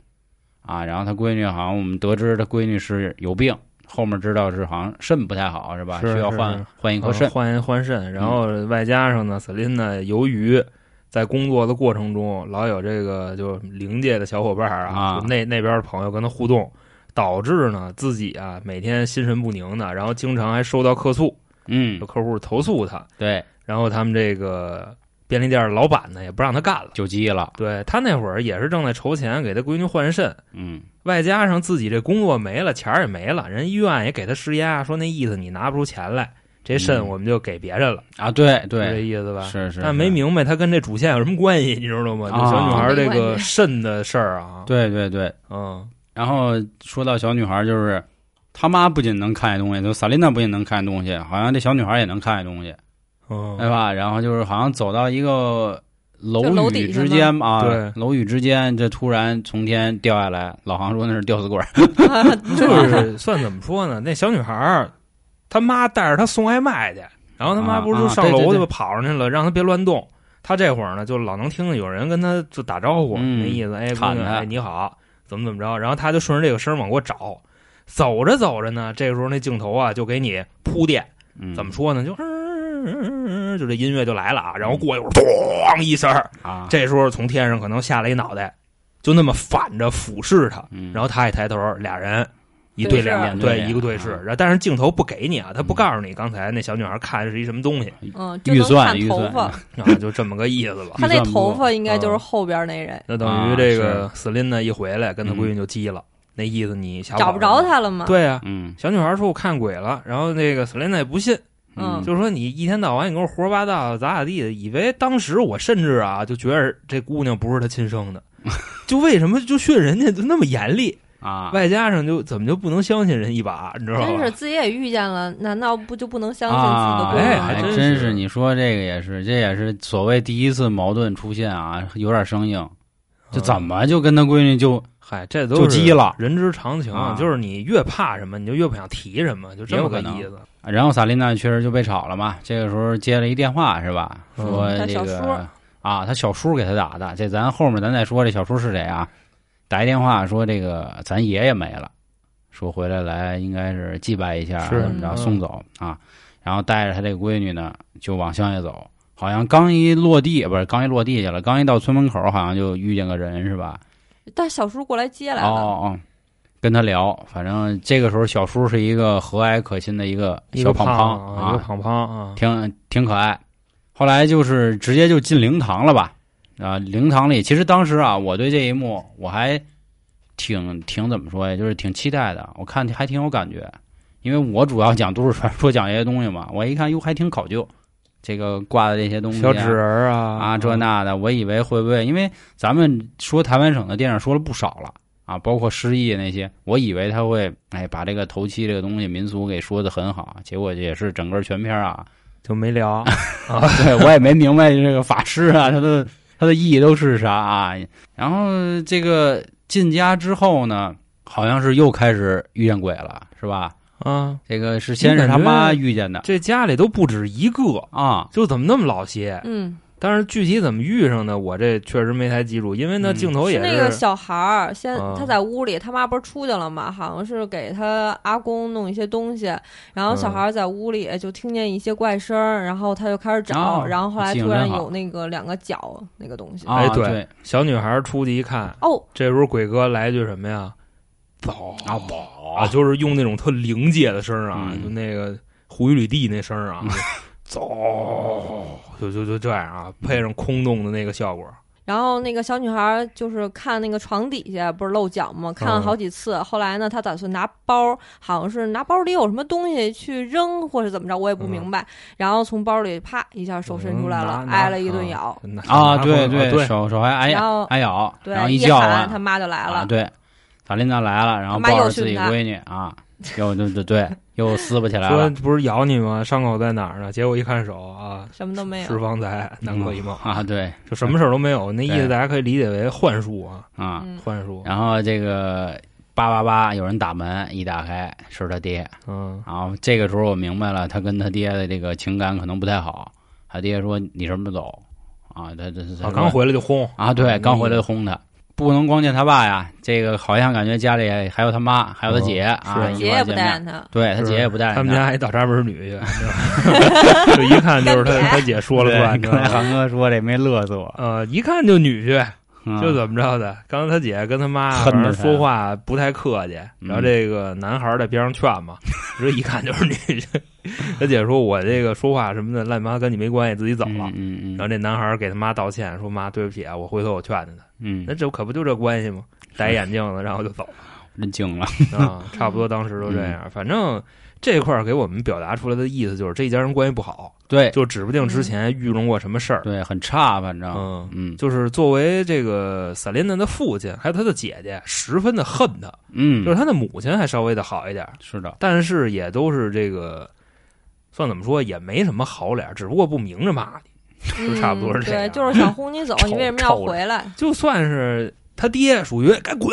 Speaker 3: 啊，然后她闺女好像我们得知她闺女是有病，后面知道是好像肾不太好是吧？
Speaker 4: 是
Speaker 3: 需要
Speaker 4: 是是
Speaker 3: 换换一颗
Speaker 4: 嗯
Speaker 3: 肾。
Speaker 4: 换换肾，然后外加上呢，瑟琳呢，由于在工作的过程中老有这个就灵界的小伙伴儿
Speaker 3: 啊
Speaker 4: 啊，就那那边的朋友跟他互动，导致呢自己啊每天心神不宁的，然后经常还收到客诉，
Speaker 3: 嗯
Speaker 4: 有，客户投诉他，
Speaker 3: 对，
Speaker 4: 然后他们这个便利店儿老板呢也不让他干了，
Speaker 3: 就急了。
Speaker 4: 对他那会儿也是正在筹钱给他闺女换肾，
Speaker 3: 嗯，
Speaker 4: 外加上自己这工作没了，钱儿也没了，人医院也给他施压，说那意思你拿不出钱来，这肾
Speaker 3: 嗯
Speaker 4: 我们就给别人了，
Speaker 3: 啊，对
Speaker 4: 是这
Speaker 3: 对，
Speaker 4: 意思吧？
Speaker 3: 是是，
Speaker 4: 但没
Speaker 3: 是，
Speaker 4: 明白他跟这主线有什么关系，你知道吗？就
Speaker 3: 啊
Speaker 4: 小女孩这
Speaker 5: 没关
Speaker 4: 个
Speaker 5: 系
Speaker 4: 肾的事儿啊，
Speaker 3: 对对对。
Speaker 4: 嗯，
Speaker 3: 然后说到小女孩，就是她妈不仅能看见东西，就萨琳娜不仅能看见东西，好像这小女孩也能看见东西，
Speaker 4: 嗯，
Speaker 3: 对吧？然后就是好像走到一个
Speaker 5: 就
Speaker 3: 楼
Speaker 5: 楼
Speaker 3: 宇
Speaker 5: 底下
Speaker 3: 之
Speaker 5: 吗
Speaker 3: 间啊
Speaker 4: 对，
Speaker 3: 楼宇之间，这突然从天掉下来，老航说那是吊死鬼儿，
Speaker 4: 就是 算怎么说呢？那小女孩儿，她妈带着她送外卖去，然后她妈
Speaker 3: 啊
Speaker 4: 不是就
Speaker 3: 啊
Speaker 4: 上
Speaker 3: 对对
Speaker 4: 楼
Speaker 3: 对
Speaker 4: 去吧，跑上去了，让她别乱动。她这会儿呢，就老能听见有人跟她就打招呼，
Speaker 3: 嗯
Speaker 4: 那意思，哎，姑
Speaker 3: 喊
Speaker 4: 娘，
Speaker 3: 她
Speaker 4: 哎，你好，怎么怎么着？然后她就顺着这个声儿往过找，走着走着呢，这个时候那镜头啊，就给你铺垫，
Speaker 3: 嗯
Speaker 4: 怎么说呢？就、就这音乐就来了啊，然
Speaker 3: 嗯
Speaker 4: 后过一会儿，咣一声儿，
Speaker 3: 啊？
Speaker 4: 这时候从天上可能下来一脑袋，就那么反着俯视她。
Speaker 3: 嗯，
Speaker 4: 然后他一抬头，俩人一
Speaker 5: 对
Speaker 4: 对
Speaker 5: 视
Speaker 4: 两眼，
Speaker 3: 对
Speaker 4: 对
Speaker 3: 视
Speaker 4: 一个对视
Speaker 3: 啊，
Speaker 4: 然后但是镜头不给你啊，他不告诉你刚才那小女孩看的是一什么东西
Speaker 5: 嗯，
Speaker 3: 预
Speaker 5: 就能
Speaker 3: 算
Speaker 5: 看
Speaker 3: 预
Speaker 5: 头
Speaker 3: 算
Speaker 5: 发，
Speaker 4: 啊，就这么个意思吧。
Speaker 5: 他那
Speaker 3: 预算啊不
Speaker 5: 头
Speaker 3: 够
Speaker 5: 发应该就是
Speaker 4: 嗯
Speaker 5: 后边那人，
Speaker 4: 那等于
Speaker 3: 啊
Speaker 4: 这个斯琳呢一回来，跟他闺女就急了，那意思你下
Speaker 5: 找不着。他了嘛？
Speaker 4: 对啊，
Speaker 3: 嗯
Speaker 4: 小女孩说我看鬼了，然后那个斯琳娜也不信，
Speaker 5: 嗯
Speaker 4: 就说你一天到晚你跟我胡说八道，咋咋地的，以为当时我甚至啊就觉得这姑娘不是他亲生的， 就为什么就训人家就那么严厉，
Speaker 3: 啊，
Speaker 4: 外加上就怎么就不能相信人一把，你知道吧？
Speaker 5: 真是自己也遇见了，难道不就不能相信自己的
Speaker 3: 啊，
Speaker 5: 闺
Speaker 4: 哎
Speaker 5: 女
Speaker 4: 还
Speaker 5: 吗？
Speaker 4: 真
Speaker 3: 真
Speaker 4: 是
Speaker 3: 你说这个也是，这也是所谓第一次矛盾出现啊，有点生硬，就
Speaker 4: 啊
Speaker 3: 怎么就跟他闺女就
Speaker 4: 嗨，这嗯都
Speaker 3: 就是急了。
Speaker 4: 人之常情，
Speaker 3: 啊
Speaker 4: 就是你越怕什么，你就越不想提什么，就这么个意
Speaker 3: 也有
Speaker 4: 思。
Speaker 3: 然后萨琳娜确实就被炒了嘛，这个时候接了一电话是吧？
Speaker 4: 嗯
Speaker 3: 说
Speaker 5: 他
Speaker 3: 这
Speaker 5: 小
Speaker 3: 个、
Speaker 5: 叔儿
Speaker 3: 啊，他小叔给他打的，这咱后面咱再说这小叔是谁啊？打一电话说这个咱爷爷没了，说回来来应该是祭拜一下，
Speaker 4: 是
Speaker 3: 怎么着
Speaker 4: 嗯
Speaker 3: 送走啊？然后带着他这个闺女呢就往乡下走，好像刚一落地不是刚一落地去了，刚一到村门口好像就遇见个人是吧？
Speaker 5: 但小叔过来接来
Speaker 3: 哦
Speaker 5: 了，
Speaker 3: 哦，哦跟他聊，反正这个时候小叔是一个和蔼可亲的一个
Speaker 4: 一
Speaker 3: 小
Speaker 4: 个
Speaker 3: 胖
Speaker 4: 胖
Speaker 3: 啊
Speaker 4: 一个，胖胖啊，
Speaker 3: 挺挺可爱。后来就是直接就进灵堂了吧？啊，灵堂里其实当时啊，我对这一幕我还挺挺怎么说呀，就是挺期待的。我看还挺有感觉，因为我主要讲都市传说，讲这些东西嘛。我一看哟，还挺考究，这个挂的这些东西啊、
Speaker 4: 小纸人儿啊
Speaker 3: 啊这那的，我以为会不会因为咱们说台湾省的电影说了不少了啊，包括失忆那些，我以为他会哎把这个头七这个东西民俗给说的很好，结果也是整个全片啊
Speaker 4: 就 没聊。
Speaker 3: 对我也没明白这个法师啊，他的他的意义都是啥啊？然后这个进家之后呢，好像是又开始遇见鬼了，是吧？
Speaker 4: 啊，
Speaker 3: 这个是先是他妈遇见的
Speaker 4: 这家里都不止一个，
Speaker 3: 啊，
Speaker 4: 就怎么那么老些？
Speaker 5: 嗯，
Speaker 4: 但是具体怎么遇上的，我这确实没太记住，因为那
Speaker 3: 嗯
Speaker 4: 镜头哦也
Speaker 5: 是那个小孩儿，先
Speaker 4: 啊
Speaker 5: 他在屋里，他妈不是出去了吗？好像是给他阿公弄一些东西，然后小孩儿在屋里就听见一些怪声儿，然后他就开始
Speaker 3: 哦
Speaker 5: 找，然后后来
Speaker 3: 记性
Speaker 5: 突然
Speaker 3: 真好
Speaker 5: 有那个两个脚那个东西。
Speaker 3: 啊
Speaker 4: 哎对
Speaker 3: 对
Speaker 4: 小女孩出去一看，
Speaker 5: 哦，
Speaker 4: 这时候鬼哥来一句什么呀？走
Speaker 3: 啊
Speaker 4: 啊，
Speaker 3: 宝
Speaker 4: 就是用那种特灵界的声儿啊，
Speaker 3: 嗯
Speaker 4: 就那个胡玉里地那声儿 啊，走，就就就这样啊，配上空洞的那个效果，
Speaker 5: 然后那个小女孩就是看那个床底下不是露脚吗？看了好几次。后来呢，她打算拿包，好像是拿包里有什么东西去扔，或是怎么着，我也不明白。然后从包里啪一下手伸出来了，
Speaker 4: 嗯拿
Speaker 5: 挨了一顿咬。
Speaker 4: 拿
Speaker 3: 啊，
Speaker 4: 拿
Speaker 3: 对
Speaker 4: 过来啊对，
Speaker 3: 手手还挨
Speaker 5: 然后
Speaker 3: 挨咬，
Speaker 5: 对
Speaker 3: 然后，一
Speaker 5: 一
Speaker 3: 叫
Speaker 5: 喊他
Speaker 3: 啊，
Speaker 5: 妈就来了。
Speaker 3: 啊对，法琳娜来了，然后
Speaker 5: 他妈
Speaker 3: 抱
Speaker 5: 又
Speaker 3: 着自己
Speaker 5: 训他
Speaker 3: 闺女啊，又对对对，又撕巴起来
Speaker 4: 说
Speaker 3: 了
Speaker 4: 不是咬你吗？伤口在哪儿呢？结果一看手啊，
Speaker 5: 什么都没
Speaker 4: 是
Speaker 5: 有。
Speaker 4: 方才，南柯一梦
Speaker 3: 啊，对
Speaker 4: 就什么事儿都没有。那意
Speaker 3: 对
Speaker 4: 思大家可以理解为幻术啊，
Speaker 3: 啊，
Speaker 5: 嗯，
Speaker 4: 幻术。
Speaker 3: 然后这个八八八有人打门，一打开是他爹，
Speaker 4: 嗯，
Speaker 3: 然后这个时候我明白了，他跟他爹的这个情感可能不太好，他爹说你什么时候走啊？他这
Speaker 4: 啊，刚回来嗯就轰，
Speaker 3: 啊，对，刚回来就轰他。不能光见他爸呀，这个好像感觉家里还有他妈，还有他姐、啊，
Speaker 4: 是
Speaker 3: 一
Speaker 5: 姐
Speaker 3: 块儿
Speaker 5: 也不
Speaker 3: 见
Speaker 5: 待
Speaker 3: 面
Speaker 5: 见他。
Speaker 3: 对他姐也不带着
Speaker 4: 他们家还倒插门女去， 就一看就是他他姐说了算，你知
Speaker 3: 刚
Speaker 4: 道
Speaker 3: 才
Speaker 4: 吧？
Speaker 3: 航哥说这没乐死我，
Speaker 4: 呃，一看就女婿，
Speaker 3: 嗯
Speaker 4: 就怎么着的。刚才他姐跟他妈
Speaker 3: 恨
Speaker 4: 反
Speaker 3: 着
Speaker 4: 正
Speaker 3: 他
Speaker 4: 说话不太客气，
Speaker 3: 嗯
Speaker 4: 然后这个男孩儿在边上劝嘛，说一看就是女婿。他姐说：“我这个说话什么的，烂妈跟你没关系，自己走了。
Speaker 3: 嗯嗯
Speaker 4: 然后这男孩儿给他妈道歉，说：“妈，对不起啊，我回头我劝劝他。”
Speaker 3: 嗯，
Speaker 4: 那这可不就这关系吗？戴眼镜了，然后就 走了
Speaker 3: 真惊了，
Speaker 4: 啊，差不多当时都这
Speaker 3: 嗯
Speaker 4: 样。反正这块儿给我们表达出来的意思就是，这一家人关系不好，
Speaker 3: 对
Speaker 4: 就指不定之前遇中过什么事儿。
Speaker 3: 对，很差，反正
Speaker 4: 嗯，
Speaker 3: 嗯
Speaker 4: 就是作为这个萨琳娜的父亲，还有他的姐姐，十分的恨他，
Speaker 3: 嗯，
Speaker 4: 就是他的母亲还稍微的好一点，
Speaker 3: 是的，
Speaker 4: 但是也都是这个。算怎么说也没什么好脸，只不过不明着骂你。
Speaker 5: 嗯，
Speaker 4: 差不多是这
Speaker 5: 对，
Speaker 4: 样
Speaker 5: 就 是想轰你走
Speaker 4: 臭，
Speaker 5: 你为什么要
Speaker 4: 臭
Speaker 5: 回来？
Speaker 4: 就算是他爹，属于该滚，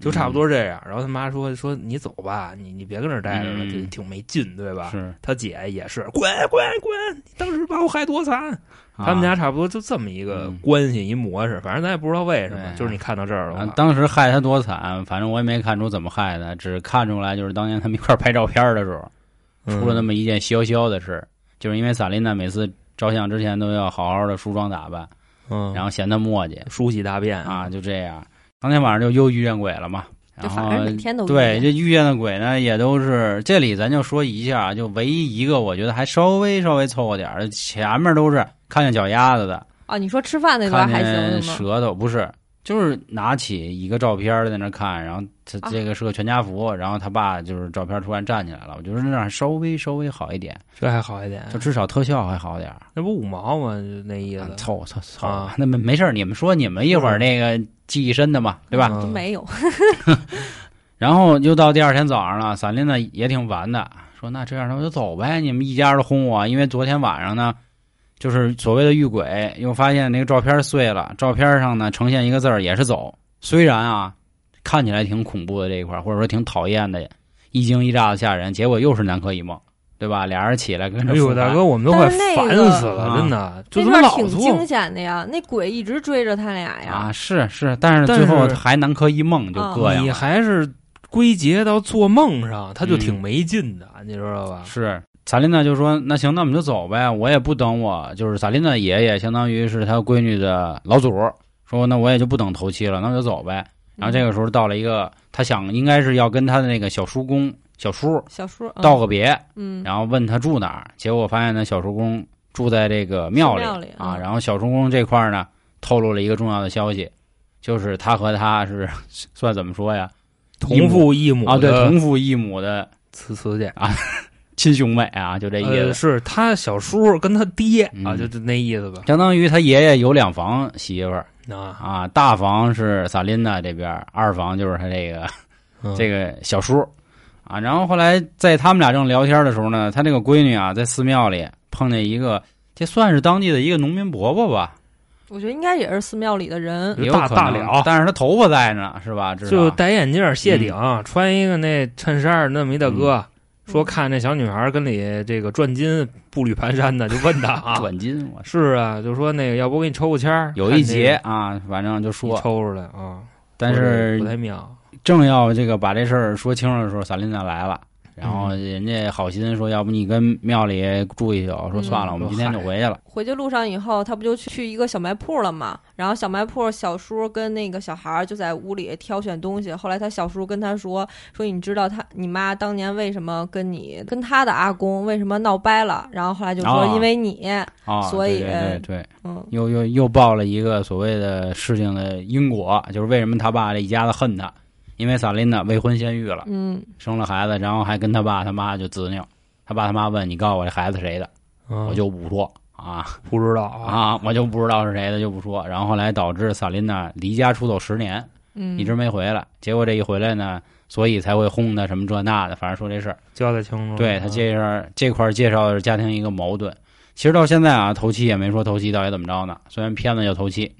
Speaker 4: 就差不多这样。然后他妈说说你走吧，你你别跟这儿待着了，
Speaker 3: 嗯
Speaker 4: 就挺没劲，对吧？
Speaker 3: 是
Speaker 4: 他姐也是滚滚滚，你当时把我害多惨。他们
Speaker 3: 啊
Speaker 4: 家差不多就这么一个
Speaker 3: 嗯
Speaker 4: 关系一模式，反正咱也不知道为什么，
Speaker 3: 对
Speaker 4: 就是你看到这儿了
Speaker 3: 啊
Speaker 4: 吧，
Speaker 3: 当时害他多惨，反正我也没看出怎么害的，只看出来就是当年他们一块儿拍照片的时候，出
Speaker 4: 嗯
Speaker 3: 了那么一件潇潇的事，就是因为萨琳娜每次照相之前都要好好的梳妆打扮，
Speaker 4: 嗯，
Speaker 3: 然
Speaker 4: 后
Speaker 3: 后嫌他墨迹
Speaker 4: 梳洗大便
Speaker 3: 啊，，就这样。当天晚上就又遇见鬼了嘛，
Speaker 5: 就
Speaker 3: 然
Speaker 5: 反
Speaker 3: 后
Speaker 5: 正每天都
Speaker 3: 对，
Speaker 5: 一
Speaker 3: 这
Speaker 5: 样
Speaker 3: 遇见的鬼呢，也都是这里咱就说一下啊，就唯一一个我觉得还稍微稍微凑合点儿，前面都是看见脚丫子的，
Speaker 5: 啊，你说吃饭那段
Speaker 3: 看
Speaker 5: 还行
Speaker 3: 见
Speaker 5: 是吗？
Speaker 3: 舌头，不是，就是拿起一个照片儿在那看，然后他
Speaker 5: 啊
Speaker 3: 这个是个全家福，然后他爸就是照片突然站起来了，我觉得那儿稍微稍微好一点，
Speaker 4: 这还好一点
Speaker 3: 就，至少特效还好点儿。
Speaker 4: 那不五毛吗？就那意
Speaker 3: 啊
Speaker 4: 思，
Speaker 3: 凑凑凑
Speaker 4: 啊，
Speaker 3: 那没没事儿，你们说你们一会儿
Speaker 4: 嗯
Speaker 3: 那个记忆深的嘛，对吧？
Speaker 5: 都没有，
Speaker 3: 然后又到第二天早上了，萨琳娜也挺烦的，说那这样那我就走呗，你们一家都轰我，因为昨天晚上呢，就是所谓的遇鬼，又发现那个照片碎了，照片上呢呈现一个字儿也是走，虽然啊看起来挺恐怖的这一块儿，或者说挺讨厌的，一惊一乍的吓人，结果又是南柯一梦，对吧？俩人起来跟着
Speaker 4: 哎
Speaker 3: 复
Speaker 4: 呦，
Speaker 3: 盘
Speaker 4: 大哥，我们都快烦死
Speaker 3: 但是那
Speaker 4: 了，
Speaker 3: 个
Speaker 4: 真的，就
Speaker 5: 这
Speaker 4: 他妈
Speaker 5: 段
Speaker 4: 老
Speaker 5: 挺惊
Speaker 4: 做。
Speaker 5: 险的呀，那鬼一直追着他俩呀
Speaker 3: 啊，。是是，但是
Speaker 4: 但
Speaker 3: 最后
Speaker 4: 是
Speaker 3: 还南柯一梦就
Speaker 5: 啊
Speaker 3: 膈应
Speaker 4: 你
Speaker 3: 了，
Speaker 4: 还是归结到做梦上，他就
Speaker 3: 嗯
Speaker 4: 挺没劲的，你知道吧？
Speaker 3: 是，萨琳娜就说：“那行，那我们就走呗，我也不等我。”就是萨琳娜爷爷，相当于是她闺女的老祖，说：“那我也就不等头七了，那我就走呗。”然
Speaker 5: 嗯
Speaker 3: 后这个时候到了一个，他想应该是要跟他的那个小叔公、小叔
Speaker 5: 小叔
Speaker 3: 道个别，
Speaker 5: 嗯，
Speaker 3: 然后问他住哪儿。结果发现呢，小叔公住在这个庙里
Speaker 5: 寺庙里
Speaker 3: 啊。
Speaker 5: 嗯
Speaker 3: 然后小叔公这块儿呢，透露了一个重要的消息，就是他和他是 算怎么说呀？一
Speaker 4: 同
Speaker 3: 母
Speaker 4: 父异母
Speaker 3: 啊，对，
Speaker 4: 的
Speaker 3: 同父异母的
Speaker 4: 此此姐，
Speaker 3: 亲兄妹啊，就这意思。
Speaker 4: 呃，是他小叔跟他爹啊，
Speaker 3: 嗯
Speaker 4: 就就那意思吧。
Speaker 3: 相当于他爷爷有两房媳妇儿
Speaker 4: 啊，
Speaker 3: 啊，大房是萨琳娜这边，二房就是他这个
Speaker 4: 嗯
Speaker 3: 这个小叔啊。然后后来在他们俩正聊天的时候呢，他这个闺女啊，在寺庙里碰见一个，这算是当地的一个农民伯伯吧，
Speaker 5: 我觉得应该也是寺庙里的人
Speaker 4: 嗯，
Speaker 3: 也有
Speaker 4: 大
Speaker 3: 可能
Speaker 4: 大了
Speaker 3: 但是他头发在呢，是吧？知
Speaker 4: 就
Speaker 3: 道嗯
Speaker 4: 戴眼镜、谢顶，啊穿一个那衬衫，那么一大哥说看那小女孩跟里这个转金步履蹒跚的，就问他啊，
Speaker 3: 转金，我
Speaker 4: 是啊，就说那个要不给你抽个签儿，
Speaker 3: 有一节
Speaker 4: 节
Speaker 3: 啊，反正就说，
Speaker 4: 抽出来啊，
Speaker 3: 但
Speaker 4: 说这
Speaker 3: 是
Speaker 4: 不太妙。
Speaker 3: 正要这个把这事儿说清楚的时候，萨琳娜来了。然后
Speaker 5: 嗯
Speaker 3: 人家好心说，要不你跟庙里住一宿，说算了，
Speaker 5: 嗯
Speaker 3: 我们今天就回去了。
Speaker 5: 回去路上以后，他不就去一个小卖铺了嘛？然后小卖铺小叔跟那个小孩儿就在屋里挑选东西。后来他小叔跟他说：“说你知道他你妈当年为什么跟你跟他的阿公为什么闹掰了？”然后后来就说
Speaker 3: 啊：“
Speaker 5: 因为你，
Speaker 3: 啊，
Speaker 5: 所以
Speaker 3: 对对对对，
Speaker 5: 嗯，
Speaker 3: 又又又报了一个所谓的事情的因果，就是为什么他爸这一家子恨他，因为萨琳娜未婚先育了，
Speaker 5: 嗯，
Speaker 3: 生了孩子，然后还跟他爸他妈就自拗。他爸他妈问你告诉我这孩子谁的，
Speaker 4: 我
Speaker 3: 我就不说啊
Speaker 4: 不知道
Speaker 5: 嗯
Speaker 4: 啊，
Speaker 3: 啊，我就不知道是谁的就不说。然后后来导致萨琳娜离家出走十年，
Speaker 5: 嗯
Speaker 3: 一直没回来。结果这一回来呢，所以才会轰的什么这那的，反正说这事儿。
Speaker 4: 交代
Speaker 5: 嗯
Speaker 4: 清楚了。啊
Speaker 3: 对他介绍这块儿介绍的是家庭一个矛盾。其实到现在啊，头七也没说头七到底怎么着呢。虽然片子叫头七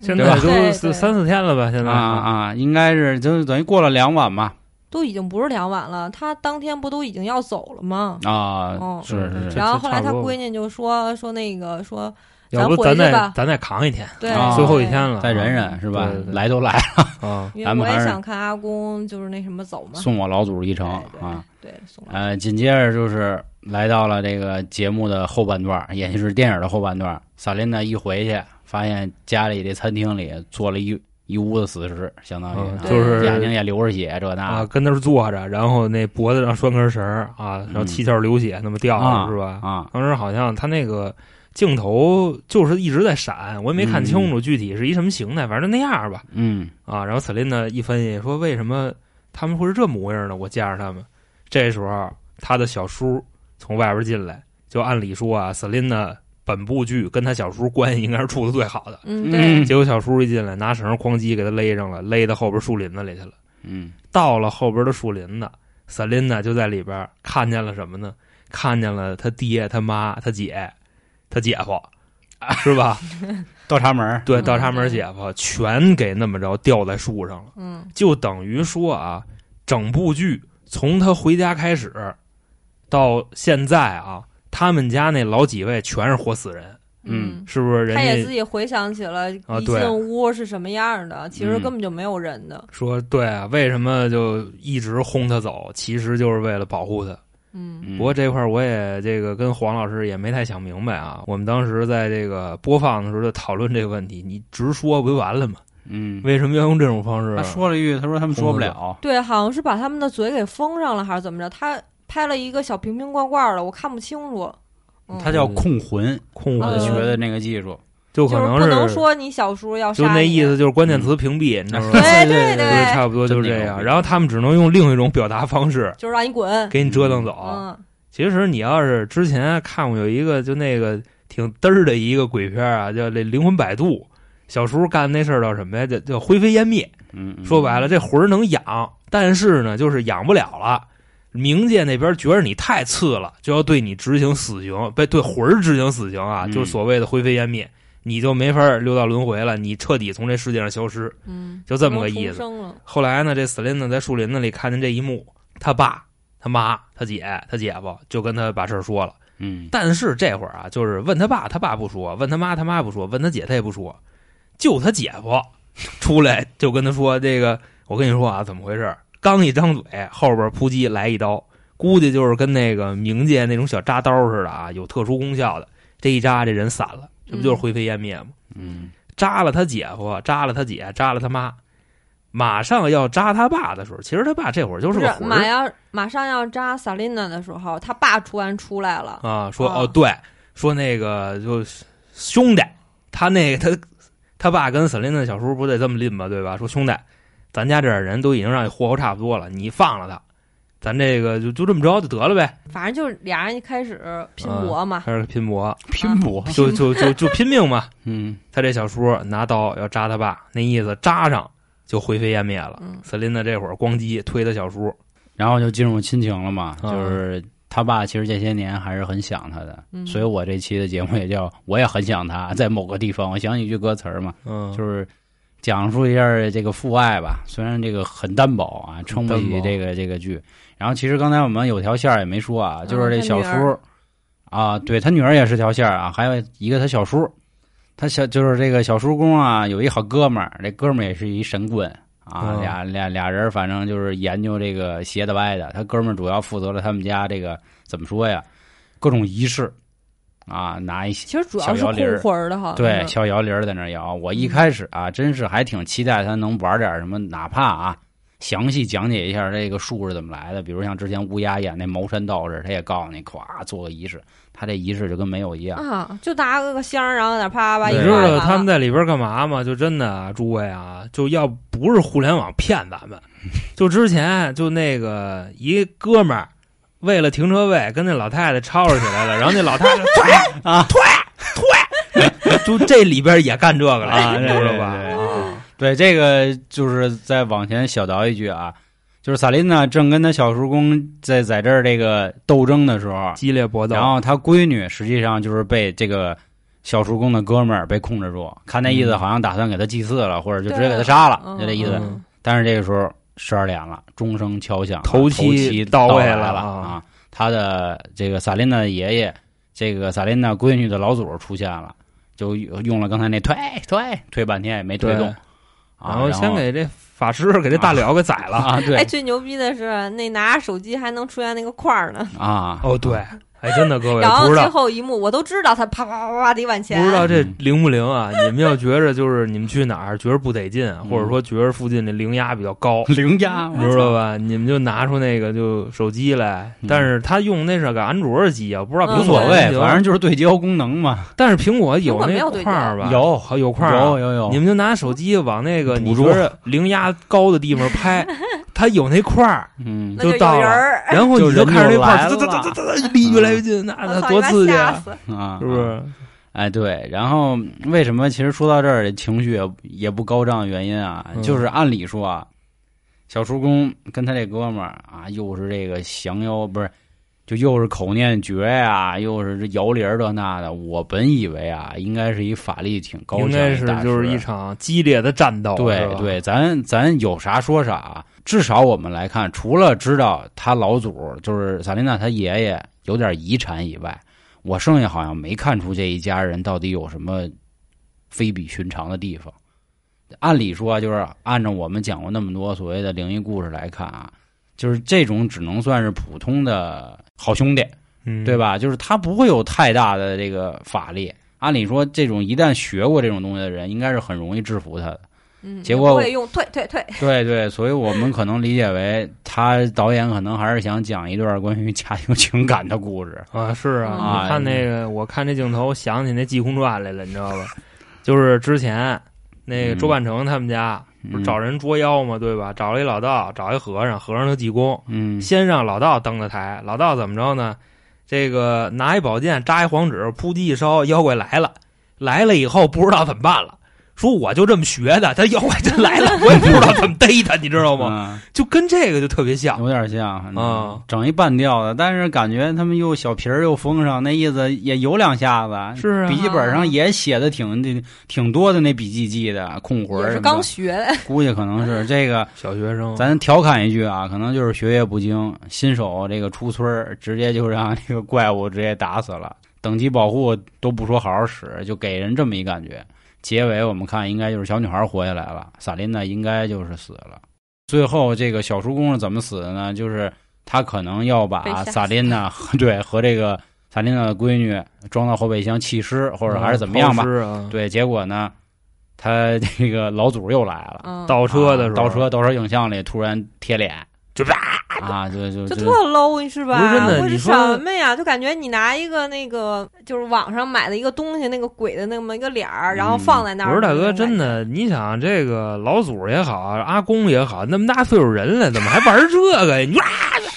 Speaker 4: 现
Speaker 3: 对
Speaker 4: 在
Speaker 3: 吧
Speaker 4: 都
Speaker 5: 对
Speaker 4: 四
Speaker 5: 对
Speaker 4: 三四天了吧？现
Speaker 3: 啊
Speaker 4: 在
Speaker 3: 啊，应该是就是等于过了两晚吧
Speaker 5: 都已经不是两晚了，他当天不都已经要走了吗？
Speaker 3: 啊
Speaker 5: 哦，
Speaker 3: 是是是
Speaker 5: 然后后来他
Speaker 4: 差不多
Speaker 5: 闺女就说说那个说
Speaker 4: 要不咱
Speaker 5: 咱回去
Speaker 4: 再
Speaker 5: 吧
Speaker 4: 咱再扛一天，
Speaker 5: 对、
Speaker 3: 啊
Speaker 4: 最后一天了，
Speaker 3: 再忍忍是吧
Speaker 4: 对对？对
Speaker 3: 来都来，
Speaker 4: 啊，
Speaker 5: 因
Speaker 3: 咱
Speaker 5: 为
Speaker 3: 们
Speaker 5: 我也
Speaker 3: 还是
Speaker 5: 想看阿公就是那什么走嘛，
Speaker 3: 送我老祖一程
Speaker 5: 对
Speaker 3: 啊。，
Speaker 5: 对对，送了
Speaker 3: 呃，紧接着就是来到了这个节目的后半段，也就是电影的后半段。萨琳娜一回去，发现家里这餐厅里做了一一屋子死尸，相当于、
Speaker 4: 嗯
Speaker 3: 啊
Speaker 4: 就是
Speaker 3: 眼睛也流着血，这那
Speaker 4: 啊，
Speaker 3: 的
Speaker 4: 跟那儿坐着，然后那脖子上拴根绳儿啊，然后
Speaker 3: 嗯
Speaker 4: 七窍流血那么掉
Speaker 3: 啊
Speaker 4: 着是吧？
Speaker 3: 啊
Speaker 4: 当时好像他那个镜头就是一直在闪，我也没看清楚具体是一什么形态，反正就那样吧
Speaker 3: 嗯
Speaker 4: 啊。然后 Selina 一分析说，为什么他们会是这模样呢？我见着他们，这时候他的小叔从外边进来，就按理说啊，Selina 本部剧跟他小叔关系应该是处的最好的。
Speaker 5: 嗯，对，
Speaker 4: 结果小叔一进来，拿绳儿哐叽给他勒上了，勒到后边树林子里去了。
Speaker 3: 嗯
Speaker 4: 到了后边的树林子，萨琳娜就在里边看见了什么呢？看见了他爹、他妈、他姐、他姐夫，是吧？
Speaker 3: 倒插门儿
Speaker 4: 对，
Speaker 5: 嗯
Speaker 4: 倒插门姐夫全给那么着吊在树上了，
Speaker 5: 嗯
Speaker 4: 就等于说啊，整部剧从他回家开始到现在啊，他们家那老几位全是活死人，
Speaker 3: 嗯。
Speaker 4: 是不是？人
Speaker 5: 他也自
Speaker 4: 家
Speaker 5: 己回想起了
Speaker 4: 啊
Speaker 5: 一
Speaker 4: 对
Speaker 5: 进屋是什么样的，其实
Speaker 3: 嗯
Speaker 5: 根本就没有人的。
Speaker 4: 说对啊，为什么就一直轰他走？其实就是为了保护他。
Speaker 5: 嗯
Speaker 3: 嗯
Speaker 4: 不过这块儿我也这个跟黄老师也没太想明白啊。我们当时在这个播放的时候就讨论这个问题，你直说不就完了吗？
Speaker 3: 嗯，
Speaker 4: 为什么要用这种方式？
Speaker 3: 他
Speaker 4: 啊
Speaker 3: 说了一句，他说他们说不了，
Speaker 5: 对，好像是把他们的嘴给封上了，还是怎么着？他拍了一个小瓶瓶罐罐的，我看不清楚。嗯、
Speaker 3: 他叫控魂，
Speaker 4: 控
Speaker 3: 我
Speaker 4: 制
Speaker 3: 学
Speaker 5: 嗯
Speaker 3: 的那个技术。
Speaker 4: 就
Speaker 5: 就
Speaker 4: 可
Speaker 5: 是
Speaker 4: 能
Speaker 5: 不能说你小叔要
Speaker 4: 就
Speaker 5: 杀
Speaker 4: 那
Speaker 5: 你
Speaker 4: 意思，就是关键词屏蔽，你知道吗？
Speaker 5: 对 对
Speaker 4: 就
Speaker 5: 对
Speaker 4: 是差不多就是这
Speaker 3: 嗯真牛
Speaker 4: 样。
Speaker 3: 逼
Speaker 4: 然后他们只能用另一种表达方式
Speaker 5: 就是让你滚。
Speaker 4: 给你折腾走。
Speaker 5: 嗯
Speaker 4: 其实你要是之前看过有一个就那个挺嘚儿的一个鬼片啊，叫这《灵魂摆渡》，小叔干那事儿叫什么呀？叫叫灰飞烟灭。
Speaker 3: 嗯，嗯
Speaker 4: 说白了，这魂儿能养，但是呢，就是养不了了。冥界那边觉得你太次了，就要对你执行死刑，被对魂儿执行死刑啊，
Speaker 3: 嗯
Speaker 4: 就是所谓的灰飞烟灭，你就没法六道轮回了，你彻底从这世界上消失，
Speaker 5: 嗯，
Speaker 4: 就这么个意
Speaker 5: 不能重
Speaker 4: 思。
Speaker 5: 生了
Speaker 4: 后来呢，这斯林呢在树林子里看见这一幕，他爸、他妈、他姐、他姐夫就跟他把事儿说了。
Speaker 3: 嗯
Speaker 4: 但是这会儿啊，就是问他爸，他爸不说；问他妈，他妈不说；问他姐，他也不说。就他姐夫 出来就跟他说：“这个，我跟你说啊，怎么回事？”刚一张嘴，后边扑叽来一刀，估计就是跟那个冥界那种小扎刀似的啊，有特殊功效的。这一扎，这人散了，这不就是灰飞烟灭吗？
Speaker 3: 嗯
Speaker 4: 扎了他姐夫，扎了他姐，扎了他妈，马上要扎他爸的时候，其实他爸这会儿就
Speaker 5: 不
Speaker 4: 个
Speaker 5: 是
Speaker 4: 魂儿啊
Speaker 5: 马要马上要扎萨琳娜的时候，他爸突然出来了。
Speaker 4: 啊，说
Speaker 5: 啊
Speaker 4: 哦对，说那个就是兄弟，他那个他他爸跟瑟琳娜小叔不得这么拎吗？对吧？说兄弟，咱家这点人都已经让你霍霍差不多了，你放了他，咱这个就就这么着就得了呗，
Speaker 5: 反正就是俩人一开始拼
Speaker 4: 啊
Speaker 5: 搏嘛，
Speaker 4: 开始拼搏， 啊
Speaker 3: 拼搏，
Speaker 4: 就就就就拼命嘛。
Speaker 3: 嗯
Speaker 4: 他这小叔拿刀要扎他爸，那意思扎上就灰飞烟灭了。
Speaker 5: 嗯
Speaker 4: 瑟琳娜这会儿咣叽推他小叔，
Speaker 3: 然后就进入亲情了嘛，
Speaker 4: 嗯
Speaker 3: 就是他爸其实这些年还是很想他的，
Speaker 5: 嗯
Speaker 3: 所以我这期的节目也叫我也很想他，在某个地方，我想起一句歌词儿嘛，
Speaker 4: 嗯，
Speaker 3: 就是讲述一下这个父爱吧，虽然这个很单薄啊，撑不
Speaker 4: 很单
Speaker 3: 起
Speaker 4: 薄
Speaker 3: 这个这个剧。然后其实刚才我们有条线儿也没说啊，
Speaker 5: 嗯
Speaker 3: 就是这小
Speaker 5: 他女
Speaker 3: 叔啊，对他女儿也是条线儿啊，还有一个他小叔，他小就是这个小叔公啊，有一好哥们儿，这哥们儿也是一神棍啊，
Speaker 4: 嗯
Speaker 3: 俩俩俩人反正就是研究这个邪的歪的。他哥们儿主要负责了他们家这个怎么说呀，各种仪式啊，拿一些。
Speaker 5: 其实主要是
Speaker 3: 小摇铃儿
Speaker 5: 控魂儿的哈。
Speaker 3: 对，
Speaker 5: 嗯
Speaker 3: 小摇铃儿在那儿摇。我一开始啊，真是还挺期待他能玩点儿什么，哪怕啊，详细讲解一下这个术是怎么来的。比如像之前乌鸦演那茅山道士，他也告诉你，咵做个仪式，他这仪式就跟没有一样。
Speaker 5: 啊，就拿个箱儿，然后在那啪啪啪一
Speaker 4: 你
Speaker 5: 挂
Speaker 4: 知
Speaker 5: 就完
Speaker 4: 道
Speaker 5: 了
Speaker 4: 他们在里边干嘛吗？就真的啊，诸位啊，就要不是互联网骗咱们，就之前就那个一哥们儿为了停车位跟那老太太吵吵起来了，然后那老太太退
Speaker 3: 啊
Speaker 4: 退退，就这里边也干这个了，
Speaker 3: 啊
Speaker 4: 你知道吧？
Speaker 3: 对对
Speaker 4: 啊，
Speaker 3: 对，这个就是再往前小倒一句啊，就是萨琳娜正跟她小叔公在在这儿这个斗争的时候，
Speaker 4: 激烈搏斗，
Speaker 3: 然后她闺女实际上就是被这个小叔公的哥们儿被控制住，看那意思
Speaker 4: 嗯
Speaker 3: 好像打算给他祭祀了，或者就直接
Speaker 5: 对
Speaker 3: 给他杀了，
Speaker 5: 嗯
Speaker 3: 就这意思。啊
Speaker 4: 嗯
Speaker 3: 但是这个时候十二点了，钟声敲响了，
Speaker 4: 头
Speaker 3: 头
Speaker 4: 七到
Speaker 3: 到
Speaker 4: 位
Speaker 3: 来
Speaker 4: 了
Speaker 3: 了
Speaker 4: 啊
Speaker 3: 啊！他的这个萨琳娜的爷爷，这个萨琳娜闺女的老祖出现了，就用了刚才那推推推半天也没推
Speaker 4: 对
Speaker 3: 动，啊
Speaker 4: 然后先给这法师给这大辽给宰了。
Speaker 3: 啊，
Speaker 5: 哎，
Speaker 3: 对
Speaker 5: 最牛逼的是那拿着手机还能出现那个框儿呢。
Speaker 3: 啊，
Speaker 4: 哦，对，哎，真的各位
Speaker 5: 然
Speaker 4: 不
Speaker 5: 后
Speaker 4: 知
Speaker 5: 最
Speaker 4: 道。
Speaker 5: 后一幕我都知道他啪啪啪啪啪得往前，
Speaker 4: 不知道这灵不灵 啊？你们要觉着就是你们去哪儿觉着不得劲，啊
Speaker 5: 嗯
Speaker 4: 或者说觉着附近的灵压比较高，
Speaker 3: 零压，
Speaker 4: 你知道吧？你们就拿出那个就手机来，
Speaker 3: 嗯
Speaker 4: 但是他用那是个安卓的机啊，不知道
Speaker 5: 嗯
Speaker 3: 无
Speaker 4: 苹
Speaker 3: 所
Speaker 4: 果
Speaker 3: 谓
Speaker 4: 行，不行
Speaker 3: 反正就是对焦功能嘛，
Speaker 4: 但是苹果
Speaker 5: 苹
Speaker 4: 有
Speaker 5: 果没
Speaker 4: 那
Speaker 5: 有对
Speaker 4: 块儿
Speaker 5: 接
Speaker 4: 吧？
Speaker 3: 有
Speaker 4: 好有块儿啊
Speaker 3: 有。有有，
Speaker 4: 你们就拿手机往那个
Speaker 3: 捕
Speaker 4: 你觉
Speaker 3: 捉
Speaker 4: 着零压高的地方 拍，它有那块儿，
Speaker 3: 嗯
Speaker 5: 那就
Speaker 4: 就到
Speaker 5: 有人
Speaker 4: 了
Speaker 5: 儿，
Speaker 4: 然后
Speaker 3: 就
Speaker 4: 你就
Speaker 3: 人
Speaker 4: 看着
Speaker 3: 就
Speaker 4: 那块
Speaker 3: 来
Speaker 4: 儿，哒哒哒哒哒，离越来越近，那
Speaker 5: 嗯我
Speaker 4: 那
Speaker 5: 操
Speaker 4: 多
Speaker 5: 你把
Speaker 4: 刺激
Speaker 5: 吓
Speaker 4: 啊！
Speaker 5: 死！
Speaker 3: 啊，
Speaker 4: 是不？是？
Speaker 3: 哎，对，然后为什么其实说到这儿情绪也也不高涨？原因啊，
Speaker 4: 嗯
Speaker 3: 就是按理说啊，小叔公跟他这哥们儿啊，又是这个降妖不是，就又是口念诀呀、又是这摇铃儿这那的。我本以为啊，应该是一法力挺高强
Speaker 4: 应
Speaker 3: 的
Speaker 4: 该是
Speaker 3: 大
Speaker 4: 就是
Speaker 3: 师
Speaker 4: 一场激烈的战斗，是
Speaker 3: 对
Speaker 4: 吧，
Speaker 3: 对，咱咱有啥说啥啊。至少我们来看，除了知道他老祖就是萨琳娜他爷爷有点遗产以外，我剩下好像没看出这一家人到底有什么非比寻常的地方。按理说啊，就是按照我们讲过那么多所谓的灵异故事来看啊，就是这种只能算是普通的好兄弟，
Speaker 4: 嗯
Speaker 3: 对？吧？就是他不会有太大的这个法力。按理说，这种一旦学过这种东西的人，应该是很容易制服他的。
Speaker 5: 嗯，
Speaker 3: 结果
Speaker 5: 不会用退退退，
Speaker 3: 对对，所以我们可能理解为他导演可能还是想讲一段关于家庭情感的故事。
Speaker 4: 啊，是啊，
Speaker 3: 啊
Speaker 4: 你看那个，我看这镜头，想起那《济公传》来了，你知道吧？就是之前那个
Speaker 3: 嗯
Speaker 4: 周半成他们家不是找人捉妖嘛，对吧？找了一老道，找一和尚，和尚他济公，
Speaker 3: 嗯
Speaker 4: 先让老道登的台，老道怎么着呢？这个拿一宝剑扎一黄纸，扑叽一烧，妖怪来了。来了以后不知道怎么办了，说我就这么学的，他妖怪真来了，我也不知道怎么逮他，你知道吗？
Speaker 3: 吗？
Speaker 4: 就跟这个就特别像
Speaker 3: 嗯有点像，反
Speaker 4: 啊
Speaker 3: 正整一半吊的，但是感觉他们又小皮儿又封上，那意思也有两下子。
Speaker 4: 是啊
Speaker 3: 笔记本上也写的挺挺多的，那笔记记的空活
Speaker 5: 也
Speaker 3: 儿
Speaker 5: 是
Speaker 3: 什么
Speaker 5: 刚
Speaker 3: 的，
Speaker 5: 学的，
Speaker 3: 估计可能是这个。
Speaker 4: 小学生。
Speaker 3: 咱调侃一句啊，可能就是学业不精，新手这个出村儿，直接就让这个怪物直接打死了，等级保护都不说好好使，就给人这么一感觉。结尾我们看应该就是小女孩活下来了，萨琳娜应该就是死了。最后这个小叔公是怎么死的呢？就是他可能要
Speaker 5: 被吓
Speaker 3: 把
Speaker 5: 死
Speaker 3: 萨琳娜和对和这个萨琳娜的闺女装到后备箱弃尸，或者还是怎么样吧
Speaker 4: 抛。尸啊、
Speaker 3: 对，结果呢，他这个老祖又来了。
Speaker 5: 嗯，
Speaker 4: 倒车的时
Speaker 3: 啊
Speaker 4: 候，
Speaker 3: 倒车倒车影像里突然贴脸，
Speaker 4: 就
Speaker 3: 啪啊，就就
Speaker 5: 这
Speaker 3: 就
Speaker 5: 特 low 是吧？
Speaker 4: 不是真的
Speaker 5: 我
Speaker 4: 你
Speaker 5: 是
Speaker 4: 说
Speaker 5: 什么呀？就感觉你拿一个那个就是网上买的一个东西，那个鬼的那么一个脸儿，然后
Speaker 3: 嗯
Speaker 5: 放在那儿。
Speaker 4: 我说大哥，真
Speaker 5: 的，
Speaker 4: 的，你想这个老祖也好，阿公也好，那么大岁数人了，怎么还玩这个呀？你说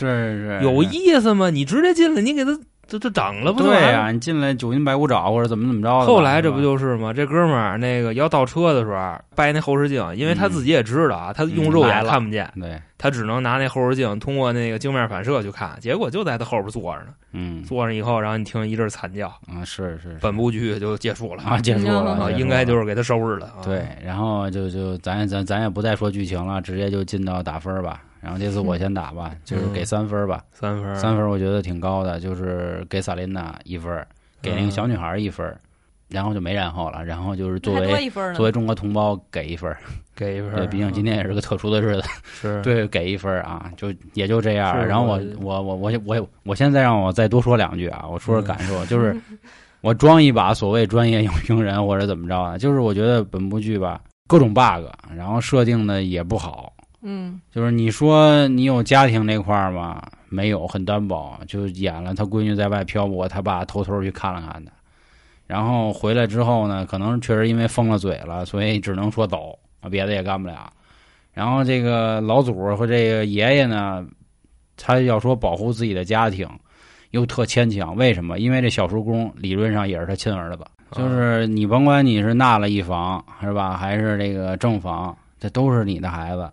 Speaker 3: 是是
Speaker 4: 有意思吗？你直接进来，你给他这这整了不就
Speaker 3: 对
Speaker 4: 完
Speaker 3: 呀、
Speaker 4: 了？
Speaker 3: 你进来九阴白骨爪或者怎么怎么着的吧，
Speaker 4: 后来这不
Speaker 3: 是吧
Speaker 4: 就是吗？这哥们儿那个要倒车的时候啊掰那后视镜，因为他自己也知道啊，他用肉眼看不见，
Speaker 3: 对，
Speaker 4: 他只能拿那后视镜通过那个镜面反射去看。结果就在他后边坐着呢，
Speaker 3: 嗯
Speaker 4: 坐着以后，然后你听一阵惨叫，
Speaker 3: 啊是是是
Speaker 4: 本部剧就结束了
Speaker 3: 啊，结束了，
Speaker 5: 嗯
Speaker 4: 啊，
Speaker 3: 结束
Speaker 4: 应该
Speaker 3: 了
Speaker 4: 就是给他收拾了啊。
Speaker 3: 对，然后就就咱咱咱也不再说剧情了，直接就进到打分儿吧。然后这次我先打 吧，就是
Speaker 4: 嗯
Speaker 3: 给三分儿吧，
Speaker 4: 三分儿，嗯啊
Speaker 3: 三分儿我觉得挺高的，就是给萨琳娜一分儿，给那个小女孩儿一分儿，然后就没然后了，然后就是作
Speaker 5: 还多
Speaker 3: 为
Speaker 5: 一分儿呢
Speaker 3: 作。为中国同胞给一分儿，
Speaker 4: 给一分儿。啊
Speaker 3: 对，毕竟今天也是个特殊的日子，
Speaker 4: 是，
Speaker 3: 对，给一分儿啊，就也就这样儿。
Speaker 4: 是
Speaker 3: 然后我我我我我我现在让我再多说两句啊，我说说
Speaker 4: 嗯
Speaker 3: 感受，就是我装一把所谓专业影评人或者怎么着啊，就是我觉得本部剧吧各种 bug，然后设定的也不好，
Speaker 5: 嗯，
Speaker 3: 就是你说你有家庭那块儿吗？没有，很单薄，就演了他闺女在外漂泊，他爸偷偷去看了看他，然后回来之后呢，可能确实因为封了嘴了，所以只能说走，别的也干不了。然后这个老祖和这个爷爷呢，他要说保护自己的家庭，又特牵强，为什么？因为这小叔公理论上也是他亲儿子，就是你甭管你是纳了一房是吧，还是这个正房，这都是你的孩子。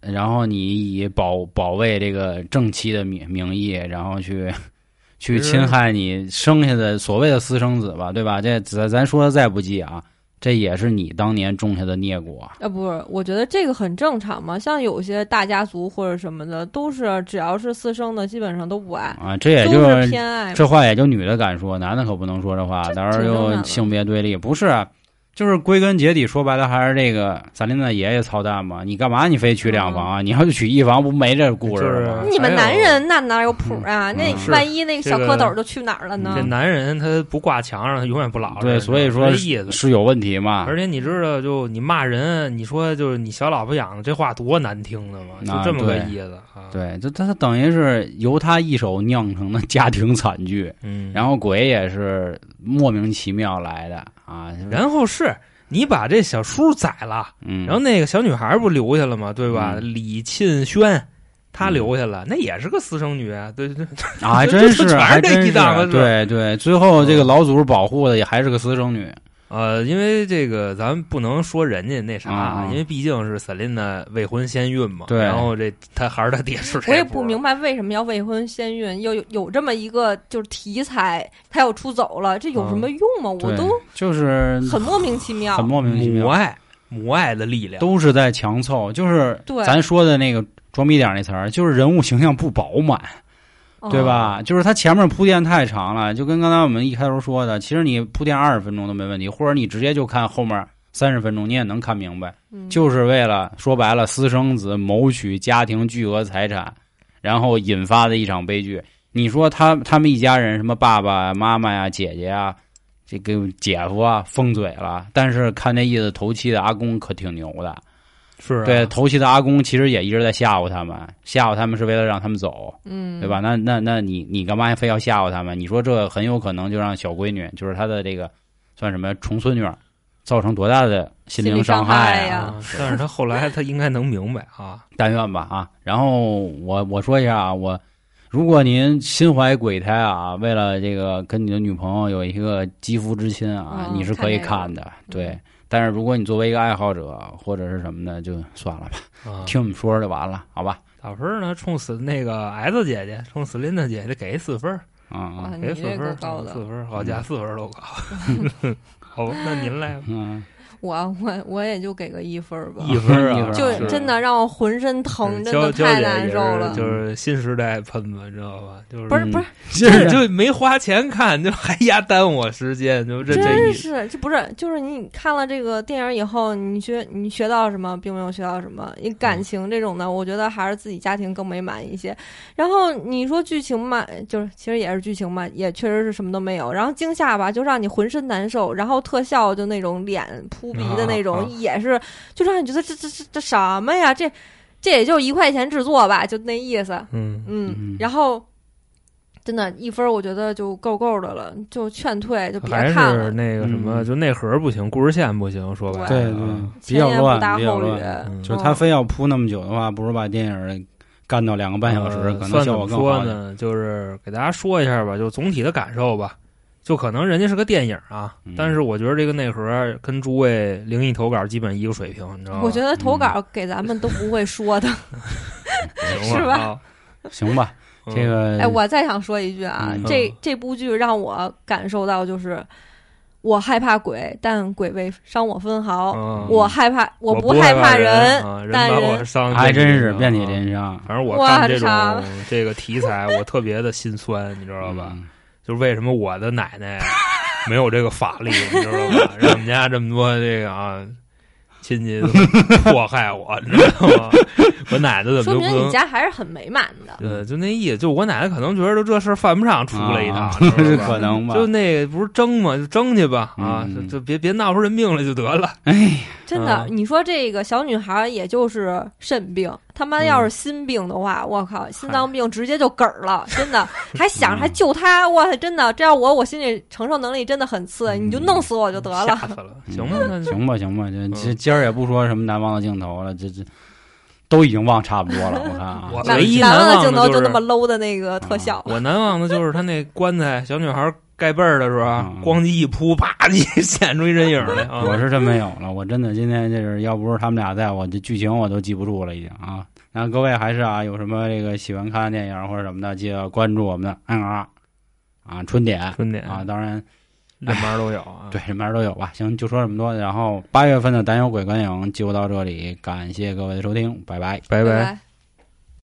Speaker 3: 然后你以保保卫这个正妻的名名义，然后去去
Speaker 4: 嗯其实
Speaker 3: 侵害你生下的所谓的私生子吧，对吧？这咱咱说的再不济啊，这也是你当年种下的孽果。
Speaker 5: 啊，不是，我觉得这个很正常嘛。像有些大家族或者什么的，都是只要是私生的，基本上都不爱，
Speaker 3: 啊，这也
Speaker 5: 都
Speaker 3: 就是
Speaker 5: 偏爱嘛。
Speaker 3: 这话也就女的敢说，男的可不能说这话，到时候
Speaker 5: 挺正
Speaker 3: 又
Speaker 5: 常的
Speaker 3: 性别对立。不是啊，就是归根结底说白了还是这个咱林的爷爷操蛋嘛。你干嘛你非娶两房
Speaker 5: 嗯
Speaker 3: 啊？你要是娶一房，不没这故事了吗？
Speaker 4: 就是啊
Speaker 5: 你们
Speaker 4: 还
Speaker 5: 男
Speaker 4: 有
Speaker 5: 人那哪有谱啊？那
Speaker 3: 嗯
Speaker 4: 是
Speaker 5: 万一那个小
Speaker 4: 这个嗯
Speaker 5: 蝌蚪就去哪儿了呢？
Speaker 4: 这男人他不挂墙上，他永远不老实。
Speaker 3: 对，所以说
Speaker 4: 没意
Speaker 3: 是啊
Speaker 4: 思。
Speaker 3: 是有问题嘛
Speaker 4: 而。且你知道，就你骂人，你说就是你小老婆养的，这话多难听的吗？
Speaker 3: 啊
Speaker 4: 就这么个
Speaker 3: 对
Speaker 4: 意思啊。，
Speaker 3: 对，这他等于是由他一手酿成的家庭惨剧，
Speaker 4: 嗯，
Speaker 3: 然后鬼也是莫名其妙来的啊。
Speaker 4: 然后是你把这小叔宰了，
Speaker 3: 嗯，
Speaker 4: 然后那个小女孩不留下了吗？对吧？
Speaker 3: 嗯
Speaker 4: 李沁轩。她留下了，那也是个私生女，对对，对
Speaker 3: 啊，还
Speaker 4: 就
Speaker 3: 真，
Speaker 4: 就是全
Speaker 3: 还
Speaker 4: 是这
Speaker 3: 真
Speaker 4: 一档子是哦
Speaker 3: 对对，最后这个老祖保护的也还是个私生女，
Speaker 4: 呃，因为这个咱们不能说人家那啥，
Speaker 3: 啊啊
Speaker 4: 因为毕竟是 Selina 未婚先孕嘛。
Speaker 3: 对
Speaker 4: 然后这她还是她爹是谁？
Speaker 5: 我也不明白为什么要未婚先孕，又有有这么一个就是题材，他要出走了，这有什么用吗？我
Speaker 3: 对
Speaker 5: 都
Speaker 3: 就是
Speaker 5: 很莫名其妙
Speaker 3: 很。莫名其
Speaker 4: 母啊
Speaker 3: 妙，
Speaker 4: 爱，母爱的力量。
Speaker 3: 都是在强凑，就是
Speaker 5: 对
Speaker 3: 咱说的那个装逼点儿那词儿，就是人物形象不饱满，
Speaker 4: 哦
Speaker 3: 对吧？就是他前面铺垫太长了，就跟刚才我们一开头说的，其实你铺垫二十分钟都没问题，或者你直接就看后面三十分钟，你也能看明白，
Speaker 5: 嗯？
Speaker 3: 就是为了说白了私生子谋取家庭巨额财产，然后引发的一场悲剧。你说他他们一家人什么爸爸、妈妈呀、姐姐呀、这个姐夫啊，封嘴了。但是看那意思，头七的阿公可挺牛的。
Speaker 4: 是、啊、
Speaker 3: 对，头七的阿公其实也一直在吓唬他们，吓唬他们是为了让他们走，
Speaker 5: 嗯，
Speaker 3: 对吧？？那那那你你干嘛非要吓唬他们？你说这很有可能就让小闺女，就是他的这个算什么重孙女儿，造成多大的心
Speaker 5: 心
Speaker 3: 灵
Speaker 5: 理
Speaker 3: 伤
Speaker 5: 伤害
Speaker 3: 害啊！
Speaker 5: 呀
Speaker 4: 啊，但是他后来他应该能明白啊。
Speaker 3: 但愿吧啊。然后我我说一下啊，我如果您心怀鬼胎啊，为了这个跟你的女朋友有一个肌肤之亲啊，
Speaker 5: 哦
Speaker 3: 你是可以看的，
Speaker 5: 这个
Speaker 3: 对
Speaker 5: 嗯。
Speaker 3: 但是如果你作为一个爱好者或者是什么的，就算了吧，
Speaker 4: 啊
Speaker 3: 听我们说说就完了，好吧？
Speaker 4: 打分儿呢，冲死那个 S 姐姐，冲死 Linda 姐姐给四分儿，
Speaker 3: 啊
Speaker 5: 哇
Speaker 3: 啊
Speaker 5: 你
Speaker 4: 给
Speaker 5: 这
Speaker 4: 四分
Speaker 5: 个
Speaker 4: 儿，
Speaker 5: 高的
Speaker 4: 四分儿，好家伙四分儿 都高。好，那您来吧
Speaker 3: 嗯，
Speaker 5: 我我我也就给个一分儿吧，
Speaker 4: 一分儿
Speaker 3: 一
Speaker 4: 啊，
Speaker 3: 分儿
Speaker 5: 就是真的让我浑身疼，真
Speaker 4: 娇
Speaker 5: 的
Speaker 4: 娇
Speaker 5: 太
Speaker 4: 姐
Speaker 5: 难
Speaker 4: 嗯也
Speaker 5: 受
Speaker 4: 是
Speaker 5: 了。
Speaker 4: 就是新时代喷子，你知道吧？就是
Speaker 5: 不是
Speaker 3: 嗯
Speaker 5: 不是，
Speaker 4: 这就没花钱看，就还压耽误我时间，就这这
Speaker 5: 真
Speaker 4: 一
Speaker 5: 是，这不是就是你看了这个电影以后，你学你学到了什么，并没有学到什么。你
Speaker 4: 嗯
Speaker 5: 感情这种的，我觉得还是自己家庭更美满一些。然后你说剧情嘛，就是其实也是剧情嘛，也确实是什么都没有。然后惊吓吧，就让你浑身难受。然后特效就那种脸扑鼻的那种，
Speaker 4: 啊啊
Speaker 5: 也是就让你觉得这这这这什么呀？这这也就一块钱制作吧，就那意思。
Speaker 4: 嗯，
Speaker 5: 嗯
Speaker 3: 嗯，
Speaker 5: 然后。真的，一分儿我觉得就够够的了，就劝退，就别
Speaker 4: 还
Speaker 5: 看了
Speaker 4: 是。那个什么，
Speaker 3: 嗯
Speaker 4: 就内核不行，故事线不行，说白了，
Speaker 3: 对对
Speaker 4: 啊，
Speaker 3: 比较
Speaker 5: 前言不搭
Speaker 3: 乱，比较
Speaker 5: 后语
Speaker 3: 乱。，
Speaker 4: 嗯
Speaker 3: 就是他
Speaker 5: 嗯
Speaker 3: 非要铺那么久的话，不如把电影干到两个半小时，
Speaker 4: 呃
Speaker 3: 可能
Speaker 4: 算怎
Speaker 3: 效果
Speaker 4: 么
Speaker 3: 更好
Speaker 4: 说
Speaker 3: 一点。
Speaker 4: 呢？就是给大家说一下吧，就总体的感受吧。就可能人家是个电影啊，
Speaker 3: 嗯
Speaker 4: 但是我觉得这个内核啊跟诸位灵异投稿基本一个水平，你知道吗？
Speaker 5: 我觉得投稿给咱们都不会说的。
Speaker 4: 得
Speaker 5: 是吧？
Speaker 4: 啊
Speaker 3: 行吧，
Speaker 4: 嗯
Speaker 3: 这个
Speaker 5: 哎，我再想说一句啊，
Speaker 3: 嗯
Speaker 5: 这这部剧让我感受到就是，我害怕鬼，但鬼未伤我分毫；
Speaker 4: 嗯
Speaker 5: 我害怕，
Speaker 4: 我
Speaker 5: 不
Speaker 4: 害
Speaker 5: 怕
Speaker 4: 人，啊
Speaker 5: 但
Speaker 4: 把我
Speaker 5: 人
Speaker 4: 伤
Speaker 3: 还真是遍体
Speaker 4: 遍体
Speaker 3: 鳞伤，
Speaker 4: 反正我
Speaker 5: 哇
Speaker 4: 看这
Speaker 5: 这啥
Speaker 4: 种这个题材，我特别的心酸，你知道吧？
Speaker 3: 嗯？
Speaker 4: 就是为什么我的奶奶没有这个法力，你知道吧？让我们家这么多这个啊亲戚 都迫害我，你知道吗？我奶奶怎么
Speaker 5: 说
Speaker 4: 就不
Speaker 5: 明你
Speaker 4: 能？
Speaker 5: 家还是很美满的。
Speaker 4: 呃，就那意思，就我奶奶可能觉得都这事儿犯不上出来一趟
Speaker 3: 啊，
Speaker 4: 你知
Speaker 3: 这
Speaker 4: 道吧
Speaker 3: 可能吧？
Speaker 4: 就那不是争嘛，就争去吧啊，就
Speaker 3: 嗯
Speaker 4: 就别别闹出人命来就得了。
Speaker 3: 哎，
Speaker 5: 真的，
Speaker 4: 嗯
Speaker 5: 你说这个小女孩儿也就是肾病，他妈要是心病的话，我靠，心脏病直接就嗝儿了，真的，还想着还救她，哇，真的，这要我，我心里承受能力真的很次，你就弄死我就得了。
Speaker 4: 吓死了，行吧， 那就
Speaker 3: 行吧，行吧，
Speaker 4: 嗯
Speaker 3: 这这今儿也不说什么难忘的镜头了，这这都已经忘差不多了。我看啊，
Speaker 4: 我
Speaker 5: 难
Speaker 4: 唯一
Speaker 5: 难忘
Speaker 4: 难
Speaker 5: 的镜
Speaker 4: 忘
Speaker 5: 头
Speaker 4: 的就是
Speaker 5: 那么 low 的那个特效，
Speaker 4: 我难忘的就是他那棺材，小女孩盖被儿的时候啊
Speaker 3: 嗯，
Speaker 4: 咣叽一扑，啪 叽显出一人影来啊！
Speaker 3: 我是真没有了，我真的今天这是要不是他们俩在我这剧情我都记不住了已经啊。那各位还是啊，有什么这个喜欢看的电影或者什么的，记得关注我们的 N R 啊春点
Speaker 4: 春点
Speaker 3: 啊，，当然
Speaker 4: 两边都有啊。
Speaker 3: 对什么样都有吧。行，就说这么多。然后八月份的《胆有鬼观影》就到这里，感谢各位的收听，拜拜。
Speaker 4: 拜
Speaker 5: 拜
Speaker 4: 拜。
Speaker 5: 拜。